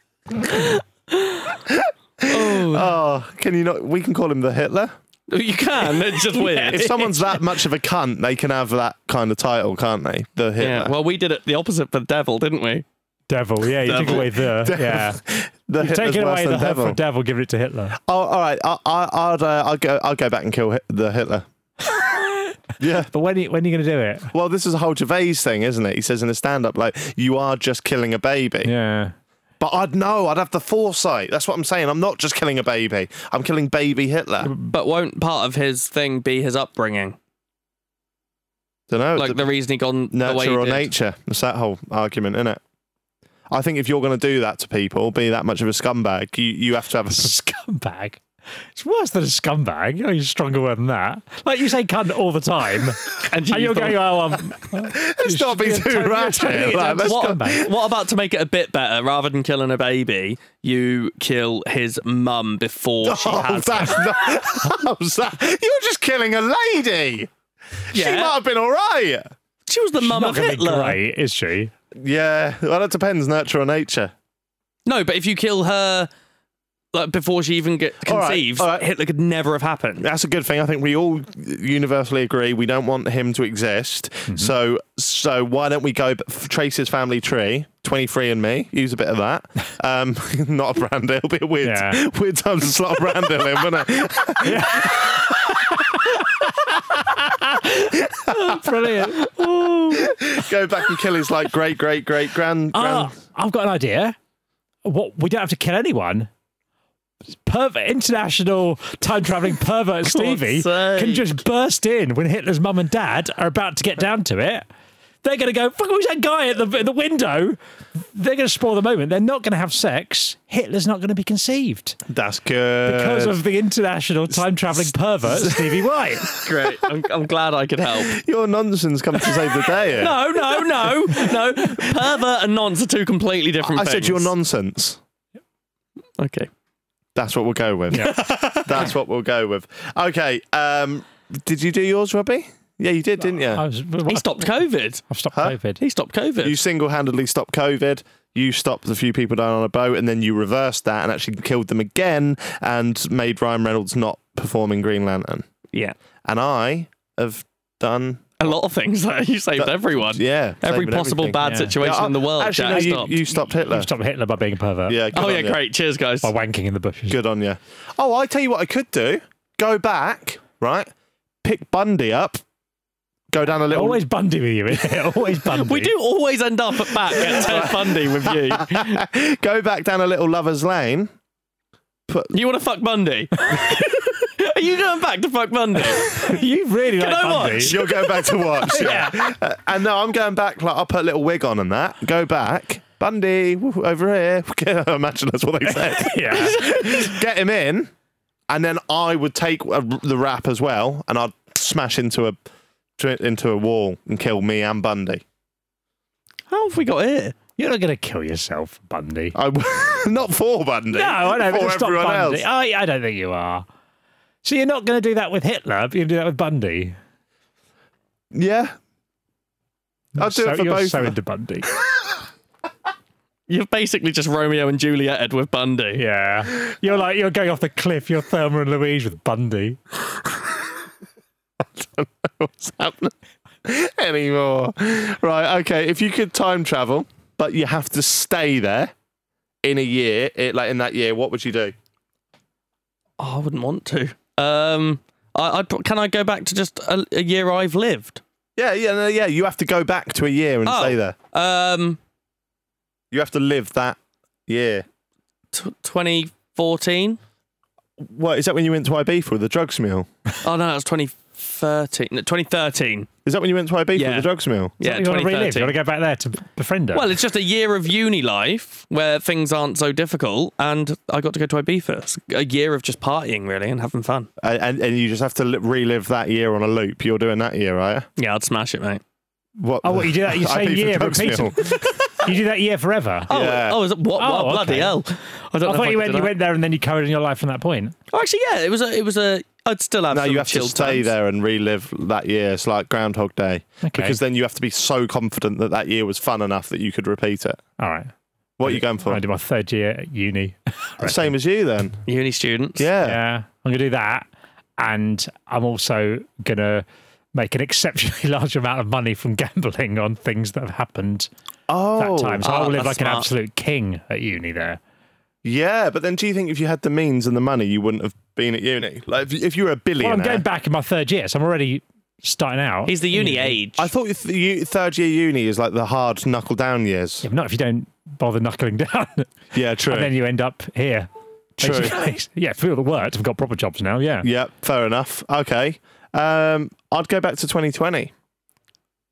S3: Oh, can you not? We can call him the Hitler.
S4: You can. It's just weird.
S3: If someone's that much of a cunt, they can have that kind of title, can't they? The Hitler.
S4: yeah. Well, we did it the opposite for the devil, didn't we?
S5: Devil, yeah, you took
S4: Devil.
S5: away the yeah,
S3: the Hitler's
S5: taking
S3: worse
S5: away the devil.
S3: than devil.
S5: for devil, giving it to Hitler.
S3: oh, all right. I, I, I'd uh, I'd go I'd go back and kill Hit- the Hitler. yeah.
S5: But when are you, when are you going to do it?
S3: Well, this is a whole Gervais thing, isn't it? He says in a stand-up, like, "You are just killing a baby."
S5: Yeah,
S3: But I'd know. I'd have the foresight. That's what I'm saying. I'm not just killing a baby. I'm killing baby Hitler.
S4: But won't part of his thing be his upbringing?
S3: Don't know.
S4: Like the reason he gone the way he
S3: nurture or
S4: did.
S3: nature. It's that whole argument, isn't it? I think if you're going to do that to people, be that much of a scumbag, you, you have to have a.
S5: scumbag. It's worse than a scumbag. You know, You're a stronger word than that. Like you say, cunt all the time,
S4: And
S5: and
S4: you
S5: you're
S4: thought-
S5: going, "Oh, um,
S3: Let's not be
S5: you're
S3: too
S5: totally-
S3: ratchet.
S5: totally
S3: Like,
S5: a
S3: let's
S4: what,
S3: go-
S5: scumbag.
S4: what about to make it a bit better? Rather than killing a baby, you kill his mum before she
S3: Oh,
S4: has.
S3: that's not, how's that? You're just killing a lady. She
S4: Yeah.
S3: might have been all right.
S4: She was the mum
S5: not
S4: of
S5: going to be
S4: Hitler.
S5: great, is she?"
S3: Yeah. Well, that depends, nurture or nature.
S4: No, but if you kill her like before she even get
S3: All right,
S4: conceives,
S3: all right.
S4: Hitler could never have happened.
S3: That's a good thing. I think we all universally agree we don't want him to exist. So, so why don't we go b- f- trace his family tree? 23 and me, use a bit of that. Um, not a brand deal, be a weird,
S5: Yeah.
S3: weird time to slot a brand deal in, wouldn't it?
S5: Brilliant.
S3: Go back and kill his like great, great, great grand. grand.
S5: Ah, I've got an idea. What we don't have to kill anyone. Pervert, international time traveling pervert Stevie
S4: sake.
S5: can just burst in when Hitler's mum and dad are about to get down to it. They're going to go, fuck, who's that guy at the, at the window? They're going to spoil the moment. They're not going to have sex. Hitler's not going to be conceived
S3: That's good.
S5: because of the international time traveling pervert Stevie White.
S4: Great. I'm, I'm glad I could help.
S3: your nonsense comes to save the day. here.
S4: No, no, no, no. Pervert and nonce are two completely different
S3: I
S4: things.
S3: said your nonsense.
S4: Okay.
S3: That's what we'll go with. That's what we'll go with. Okay. Um, did you do yours, Robbie? Yeah, you did, didn't you?
S5: I was,
S4: He stopped COVID.
S5: I've stopped
S3: Huh?
S5: COVID.
S4: He stopped COVID.
S3: You single handedly stopped COVID. You stopped a few people down on a boat, and then you reversed that and actually killed them again and made Ryan Reynolds not perform in Green Lantern.
S4: yeah.
S3: And I have done.
S4: A lot of things though. You saved everyone.
S3: Yeah,
S4: Every
S3: saving
S4: possible
S3: everything.
S4: bad
S5: Yeah.
S4: situation
S3: Yeah,
S4: in the world.
S3: Actually,
S4: Jack
S3: no,
S4: stopped.
S3: you, you stopped Hitler.
S5: I've stopped Hitler by being a pervert.
S3: Yeah. good
S4: oh
S3: on
S4: yeah,
S3: you.
S4: great. Cheers, guys.
S5: By wanking in the bushes.
S3: Good on you. Oh, I tell you what, I could do. Go back, right? Pick Bundy up go down a little.
S5: Always Bundy with you. isn't it? Always Bundy.
S4: We do always end up at back at Ted Bundy with you.
S3: go back down a little lovers lane.
S4: You want to fuck Bundy? Are you going back to fuck Bundy?
S5: You really like
S4: I
S5: Bundy.
S4: watch?
S3: You're going back to watch.
S4: Yeah.
S3: Uh, and no, I'm going back. Like I'll put a little wig on and that. Go back. Bundy woo, over here. I Imagine that's what they said.
S5: Yeah.
S3: Get him in, and then I would take a, the rap as well, and I'd smash into a to- into a wall and kill me and Bundy.
S4: How have we got here? Oh,
S5: You're not going to kill yourself, Bundy.
S3: I w- not for Bundy.
S5: No, I know.
S3: For
S5: but stop
S3: everyone
S5: Bundy.
S3: else.
S5: I, I don't think you are. So you're not going to do that with Hitler, but you're going to do that with Bundy.
S3: Yeah. I'll do
S5: so,
S3: it for
S5: you're
S3: both.
S5: so into Bundy.
S4: You've basically just Romeo and Juliet with Bundy.
S5: yeah. You're like, you're going off the cliff. You're Thelma and Louise with Bundy.
S3: what's happening anymore. Right, okay. If you could time travel, but you have to stay there in a year, it, like in that year, what would you do?
S4: Oh, I wouldn't want to. Um, I, I'd, pro- can I go back to just a, a year I've lived?
S3: Yeah, yeah, no, yeah. You have to go back to a year and
S4: Oh.
S3: stay there.
S4: Um,
S3: You have to live that year.
S4: t- 2014.
S3: What is that when you went to Ibiza with the drugs meal?
S4: Oh no, that was 2013. No, 2013.
S3: Is that when you went to Ibiza
S4: Yeah.
S3: with the drugs meal?
S4: Yeah,
S5: you want to relive. You
S4: 2013.
S5: want to go back there to befriend her.
S4: Well, it's just a year of uni life where things aren't so difficult, and I got to go to Ibiza. It's a year of just partying, really, and having fun.
S3: And, and, and you just have to li- relive that year on a loop. You're doing that year, right?
S4: Yeah, I'd smash it, mate.
S3: What?
S5: Oh, what, you do that- you say
S3: Ibiza
S5: year,
S3: drugs
S5: repeat
S3: meal.
S5: you do that year forever.
S4: Oh,
S3: Yeah.
S4: oh, is it, what?
S5: Oh,
S4: what bloody
S5: okay.
S4: hell! I don't know
S5: I
S4: if
S5: thought you
S4: could
S5: went,
S4: do
S5: you
S4: that.
S5: went there and then you carried on your life from that point.
S4: Oh, actually, yeah, it was a, it was a. I'd still have.
S3: No,
S4: some
S3: you have to
S4: chill
S3: stay
S4: times.
S3: there and relive that year. It's like Groundhog Day.
S5: Okay.
S3: Because then you have to be so confident that that year was fun enough that you could repeat it.
S5: All right.
S3: What are you going for?
S5: I did my third year at uni.
S3: Same as you then.
S4: Uni students.
S3: Yeah.
S5: Yeah, I'm gonna do that, and I'm also gonna make an exceptionally large amount of money from gambling on things that have happened
S3: Oh.
S5: that time. So I
S4: Ah,
S5: will live
S4: that's
S5: like an
S4: smart.
S5: absolute king at uni there.
S3: Yeah, but then do you think if you had the means and the money, you wouldn't have been at uni? Like if, if you were a
S5: Well,
S3: billionaire.
S5: I'm going back in my third year, so I'm already starting out.
S4: He's the uni age.
S3: I thought th- you, third year uni is like the hard knuckle down years.
S5: Yeah, but not if you don't bother knuckling down,
S3: Yeah, true.
S5: and then you end up here.
S3: True.
S5: basically. yeah, feel the worked. I've got proper jobs now. Yeah.
S3: yeah, fair enough. Okay. Um, I'd go back to 2020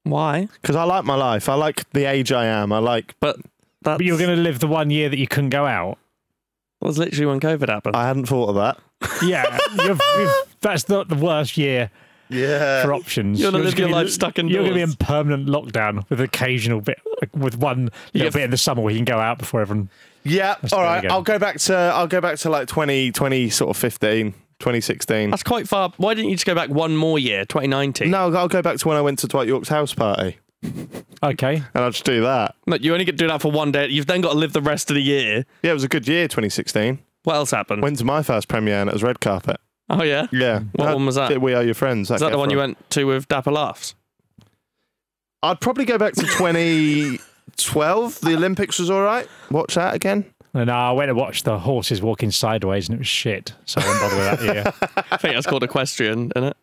S4: Why?
S3: because I like my life. I like the age I am. I like.
S4: But that
S5: But you're going to live the one year that you couldn't go out.
S4: was literally when COVID happened.
S3: I hadn't thought of that.
S5: Yeah, you've, you've, that's not the worst year
S3: Yeah.
S5: for options.
S4: You're gonna
S5: just
S4: live your
S5: be-
S4: life stuck
S5: You're going to be
S4: indoors.
S5: in permanent lockdown with occasional bit, with one little
S4: You've-
S5: bit in the summer where you can go out before everyone.
S3: Yeah.
S5: That's
S3: All
S5: there
S3: right.
S5: we go.
S3: I'll go back to I'll go back to like 20, 20 sort of 15, 2016.
S4: That's quite far. Why didn't you just go back one more year, 2019?
S3: No, I'll go back to when I went to Dwight York's house party,
S5: Okay.
S3: and I'll just do that.
S4: No, you only get to do that for one day. You've then got to live the rest of the year.
S3: Yeah, it was a good year, 2016.
S4: What else happened?
S3: Went to my first premiere, and it was red carpet.
S4: oh yeah,
S3: Yeah.
S4: What one was that?
S3: did We are your friends.
S4: is that the one you went to with Dapper Laughs?
S3: I'd probably go back to 2012. the Olympics was all right. Watch that again.
S5: And uh, I went and watched the horses walking sideways, and it was shit. So I won't bother with that year.
S4: I think that's called equestrian, isn't it?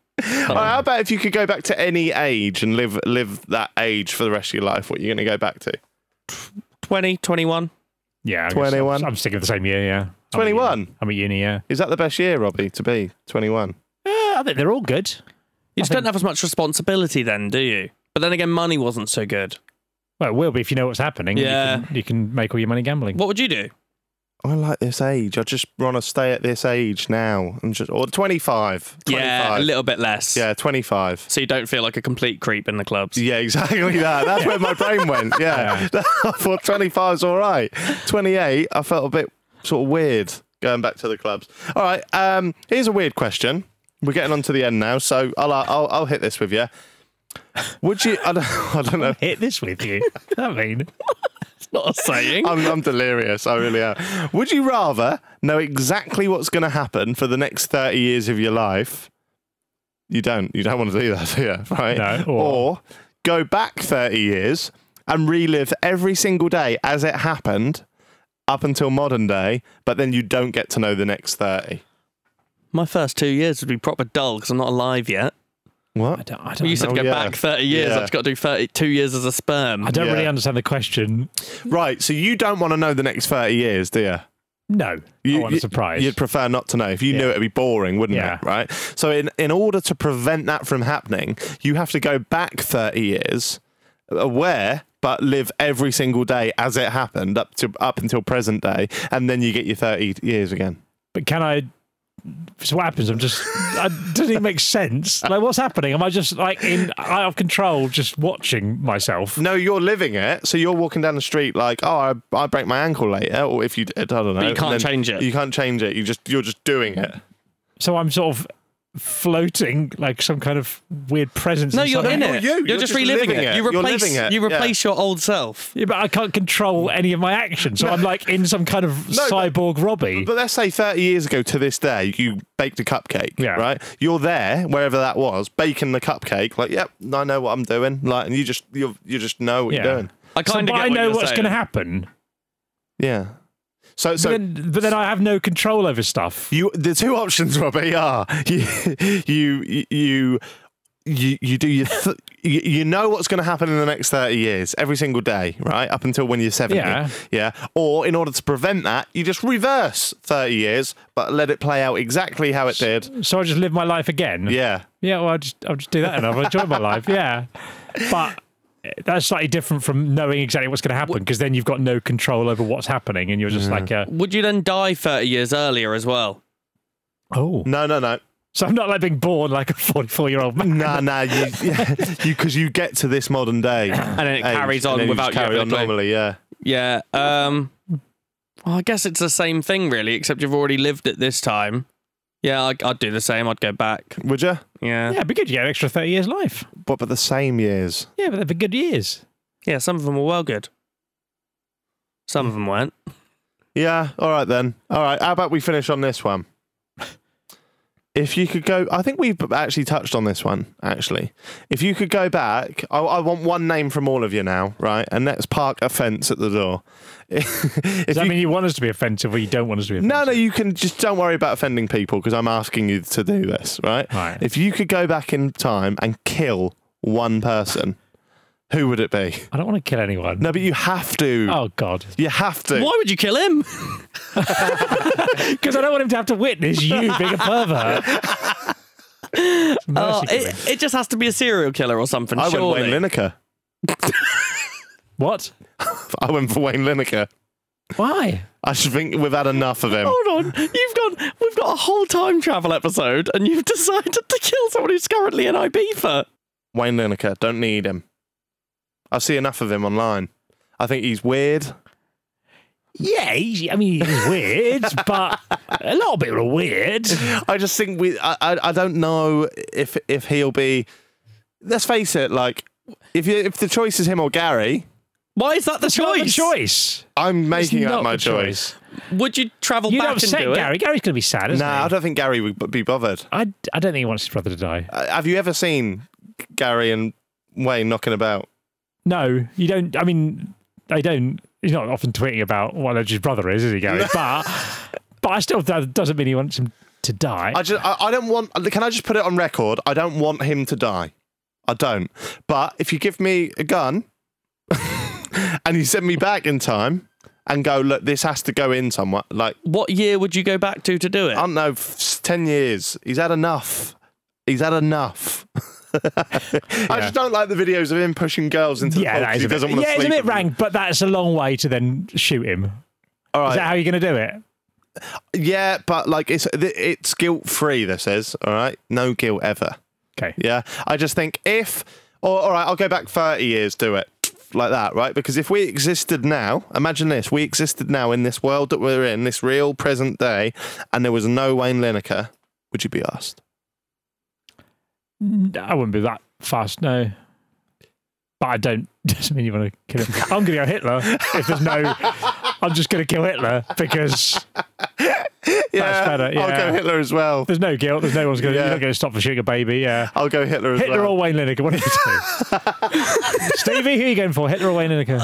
S3: All right, how about if you could go back to any age and live live that age for the rest of your life? What are you going to go back to?
S4: 20, 21.
S5: Yeah. I guess
S3: 21.
S5: I'm, I'm sticking with the same year. Yeah. I'm at
S3: 21?
S5: uni. I'm at uni. Yeah.
S3: Is that the best year, Robbie, to be 21?
S5: Uh, I think they're all good.
S4: You just don't have as much responsibility then, do you? But then again, money wasn't so good.
S5: Well, it will be if you know what's happening. and
S4: Yeah.
S5: You can, you can make all your money gambling.
S4: What would you do?
S3: I like this age. I just want to stay at this age now. I'm just or 25. 25.
S4: Yeah, a little bit less.
S3: Yeah, 25.
S4: So you don't feel like a complete creep in the clubs.
S3: Yeah, exactly that. That's where my brain went. Yeah. I thought 25 is all right. 28, I felt a bit sort of weird going back to the clubs. All right. Um, here's a weird question. We're getting on to the end now, so I'll I'll, I'll hit this with you. Would you? I don't, I don't know.
S5: Hit this with you. I mean,
S4: It's not a saying.
S3: I'm, I'm delirious. I really am. Would you rather know exactly what's going to happen for the next 30 years of your life? You don't. You don't want to do that, do you? Right?
S5: No,
S3: Or,
S5: or-
S3: go back 30 years and relive every single day as it happened up until modern day, but then you don't get to know the next 30.
S4: My first two years would be proper dull because I'm not alive yet.
S5: I
S3: What?
S5: don't, I
S4: We
S5: don't,
S4: used to
S5: know.
S4: go
S3: yeah.
S4: back 30 years.
S3: Yeah.
S4: I've got to do 30, two years as a sperm.
S5: I don't
S3: Yeah.
S5: really understand the question.
S3: Right. So you don't want to know the next thirty years, do you?
S5: No,
S3: You,
S5: I want
S3: you-
S5: a surprise.
S3: You'd prefer not to know. If you knew, it'd be boring, wouldn't
S5: Yeah.
S3: it? Right. So, in in order to prevent that from happening, you have to go back thirty years, aware but live every single day as it happened up to up until present day, and then you get your thirty years again.
S5: but can I? So what happens? I'm just. I, doesn't even make sense. Like, what's happening? Am I just like in out of control, just watching myself?
S3: No, you're living it. So you're walking down the street like, oh, I, I break my ankle later, or if you, I don't know.
S4: you can't
S3: and then
S4: change it.
S3: You can't change it. You just you're just doing it.
S5: So I'm sort of floating, like some kind of weird presence.
S4: no, you're
S5: inside-
S4: in
S3: you're
S4: it.
S3: Oh, you.
S4: You. are
S3: You're
S4: just,
S3: just
S4: reliving
S3: living
S4: it.
S3: it.
S4: You
S3: You're
S4: replace,
S3: living it,
S4: You
S3: yeah.
S4: replace your old self.
S5: Yeah, but I can't control any of my actions, so I'm like in some kind of
S3: No, but-
S5: cyborg Robbie.
S3: But let's say 30 years ago to this day, you baked a cupcake,
S5: Yeah.
S3: right? You're there, wherever that was, baking the cupcake. Like, yep, I know what I'm doing. Like, and you just you you just know what
S5: Yeah.
S3: you're doing.
S4: I
S5: So,
S4: kind
S5: but
S4: of get
S5: I
S4: what
S5: know
S4: you're
S5: what's going to
S4: saying.
S5: happen.
S3: Yeah. So
S5: But
S3: so
S5: then, but then I have no control over stuff.
S3: you the two options, Robbie, are you you you. You, you do your th- you, you know what's going to happen in the next 30 years every single day right up until when you're 70
S5: Yeah.
S3: yeah or in order to prevent that you just reverse 30 years but let it play out exactly how it did
S5: So I just live my life again.
S3: yeah
S5: Yeah, well, I'll just, I'll just do that and I'll enjoy my life. Yeah. But that's slightly different from knowing exactly what's going to happen because then you've got no control over what's happening and you're just like, uh,
S4: Would you then die 30 years earlier as well?
S5: oh.
S3: no no no
S5: So I'm not like being born like a 44 year old man.
S3: Nah, nah, you because you, get to this modern day, and
S4: then it carries on without you
S3: carry
S4: having
S3: on
S4: a clue.
S3: normally. Yeah,
S4: Yeah. Um, well, I guess it's the same thing, really, except you've already lived it this time. Yeah, I, I'd do the same. I'd go back.
S3: would you?
S5: Yeah,
S4: Yeah.
S5: it'd be good. You get an extra 30 years life.
S3: But but the same years.
S5: Yeah, but that'd be good years.
S4: Yeah, some of them were well good. Some of them weren't.
S3: Yeah. All right then. All right. How about we finish on this one? If you could go, I think we've actually touched on this one. Actually, if you could go back, I, I want one name from all of you now, right? And let's park a fence at the door. if
S5: Does that
S3: you
S5: mean you want us to be offensive or you don't want us to be offensive?
S3: No, no, you can just don't worry about offending people because I'm asking you to do this, right?
S5: Right.
S3: If you could go back in time and kill one person, who would it be?
S5: I don't want to kill anyone.
S3: No, but you have to.
S5: Oh, God.
S3: You have to.
S4: Why would you kill him?
S5: Because I don't want him to have to witness you being a pervert. It's mercy
S4: Oh,
S5: killing.
S4: it, it just has to be a serial killer or something.
S3: I
S4: surely.
S3: went Wayne Lineker.
S5: what?
S3: I went for Wayne Lineker.
S5: Why?
S3: I should think we've had enough of him.
S4: Hold on, you've got we've got a whole time travel episode, and you've decided to kill someone who's currently in Ibiza.
S3: Wayne Lineker, don't need him. I see enough of him online. I think he's weird.
S5: Yeah, he's, I mean, he's weird, but a lot of people are weird.
S3: I just think we. I, I, I don't know if if he'll be. Let's face it. Like, if you, if the choice is him or Gary,
S4: Why is that the
S5: Not
S4: choice?
S5: the choice.
S3: I'm
S5: It's
S3: making
S5: not
S3: up my
S5: the
S3: choice.
S4: Would you travel
S5: You'd
S4: back
S5: upset
S4: and do
S5: Gary. Gary's going to be sad, isn't
S3: Nah, I
S5: he?
S3: don't think Gary would b- be bothered.
S5: I, d- I don't think he wants his brother to die.
S3: Uh, have you ever seen Gary and Wayne knocking about?
S5: No, you don't. I mean, they don't. He's not often tweeting about what his brother is, is he, Gary? But, but I still, that doesn't mean he wants him to die.
S3: I just, I, I don't want. Can I just put it on record? I don't want him to die. I don't. But if you give me a gun and you send me back in time and go, look, this has to go in somewhere. Like
S4: it? What year would you go back to to do it?
S3: I don't know, f- ten years. He's had enough. He's had enough. I just don't like the videos of him pushing girls into
S5: yeah,
S3: the
S5: that is
S3: pool 'cause he
S5: a
S3: doesn't
S5: bit,
S3: want to
S5: yeah, it's a
S3: sleep
S5: bit
S3: with them.
S5: rank, but that's a long way to then shoot him. Is
S3: All right.
S5: that how you're going to do it?
S3: Yeah, but like it's th- it's guilt free. This is all right. No guilt ever.
S5: Okay.
S3: Yeah, I just think if or all right, I'll go back thirty years. Do it like that, right? Because if we existed now, imagine this: we existed now in this world that we're in, this real present day, and there was no Wayne Lineker. Would you be asked?
S5: No, I wouldn't be that fast, no. But I don't doesn't mean you want to kill him. I'm gonna go Hitler if there's no I'm just gonna kill Hitler because
S3: Yeah,
S5: better,
S3: I'll
S5: yeah.
S3: go Hitler as well.
S5: there's no guilt, there's no one's gonna
S3: Yeah.
S5: you're not gonna stop for shooting a baby, yeah.
S3: I'll go Hitler as
S5: Hitler
S3: well.
S5: or Wayne Lineker, what are you two? Stevie, who are you going for? Hitler or Wayne Lineker?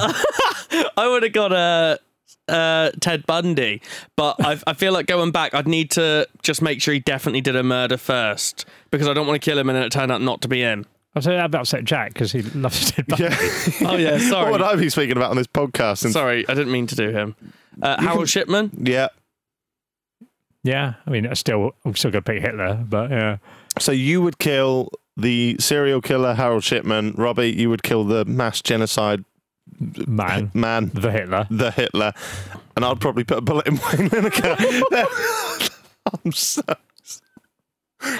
S4: I would have got a uh, Ted Bundy, but i I feel like going back, I'd need to just make sure he definitely did a murder first because I don't want to kill him and then it turned out not to be him.
S5: I'm so that upset Jack because he loves Ted Bundy.
S4: Oh yeah,
S3: What would
S4: sorry,
S3: I be speaking about on this podcast? And,
S4: sorry, I didn't mean to do him. Uh, Harold Shipman.
S3: Yeah.
S5: Yeah, I mean, I still, I'm still going to pick Hitler, but yeah.
S3: So you would kill the serial killer Harold Shipman, Robbie. You would kill the mass genocide
S5: Man,
S3: man,
S5: the Hitler.
S3: the Hitler, and I'd probably put a bullet in Wayne Lineker. I'm so.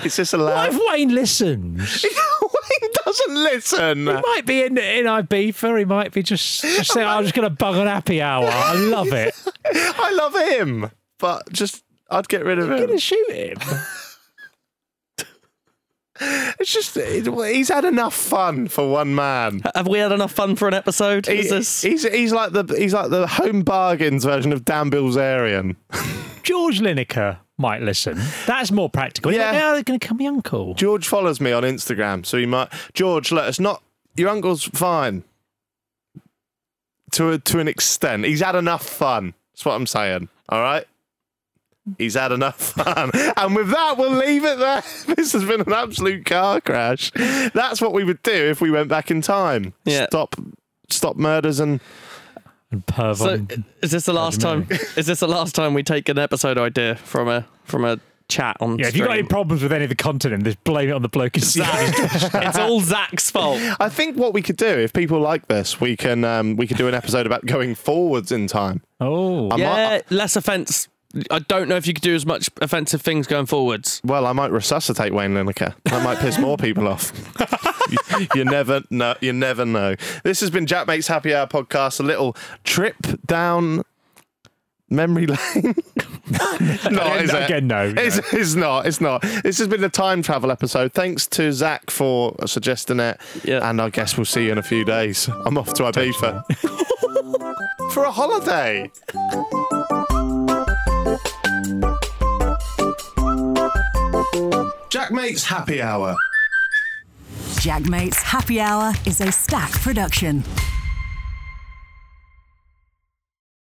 S3: It's just a
S5: What
S3: laugh.
S5: if Wayne listens?
S3: Wayne doesn't listen.
S5: He might be in, in Ibiza. He might be just, just saying, I'm just going to bug an happy hour. I love it.
S3: I love him, but just I'd get rid of
S5: I'm going
S3: him.
S5: to shoot him.
S3: It's just it, he's had enough fun for one man.
S4: Have we had enough fun for an episode?
S3: He-
S4: Is this?
S3: He's he's like the he's like the home bargains version of Dan Bilzerian.
S5: George Lineker might listen. That's more practical.
S3: Yeah.
S5: Yeah. Now they're going to come, my uncle.
S3: George follows me on Instagram, so he might. George, let us not. Your uncle's fine. To a, to an extent, he's had enough fun. That's what I'm saying. All right. He's had enough fun. And with that, we'll leave it there. This has been an absolute car crash. That's what we would do if we went back in time.
S4: Yeah.
S3: Stop stop murders and
S5: And perv
S4: So,
S5: on-
S4: is this the last time? Is this the last time we take an episode idea from a from a chat on?
S5: Yeah, if you've got any
S4: stream?
S5: problems with any of the content, just blame it on the bloke inside.
S4: it's all Zach's fault.
S3: I think what we could do if people like this, we can um, we could do an episode about going forwards in time.
S5: oh.
S3: I might-
S4: Yeah, less offense. I don't know if you could do as much offensive things going forwards.
S3: Well, I might resuscitate Wayne Lineker. That might piss more people off. you, you never know. You never know. This has been Jack Makes Happy Hour podcast. A little trip down memory lane. no,
S5: Again-
S3: is it?
S5: again, no,
S3: It's, it's not. It's not. This has been a time travel episode. Thanks to Zach for suggesting it.
S4: Yeah.
S3: And I guess we'll see you in a few days. I'm off to Ibiza for a holiday. Jack Makes Happy Hour.
S2: Jagmates Happy Hour is a stack production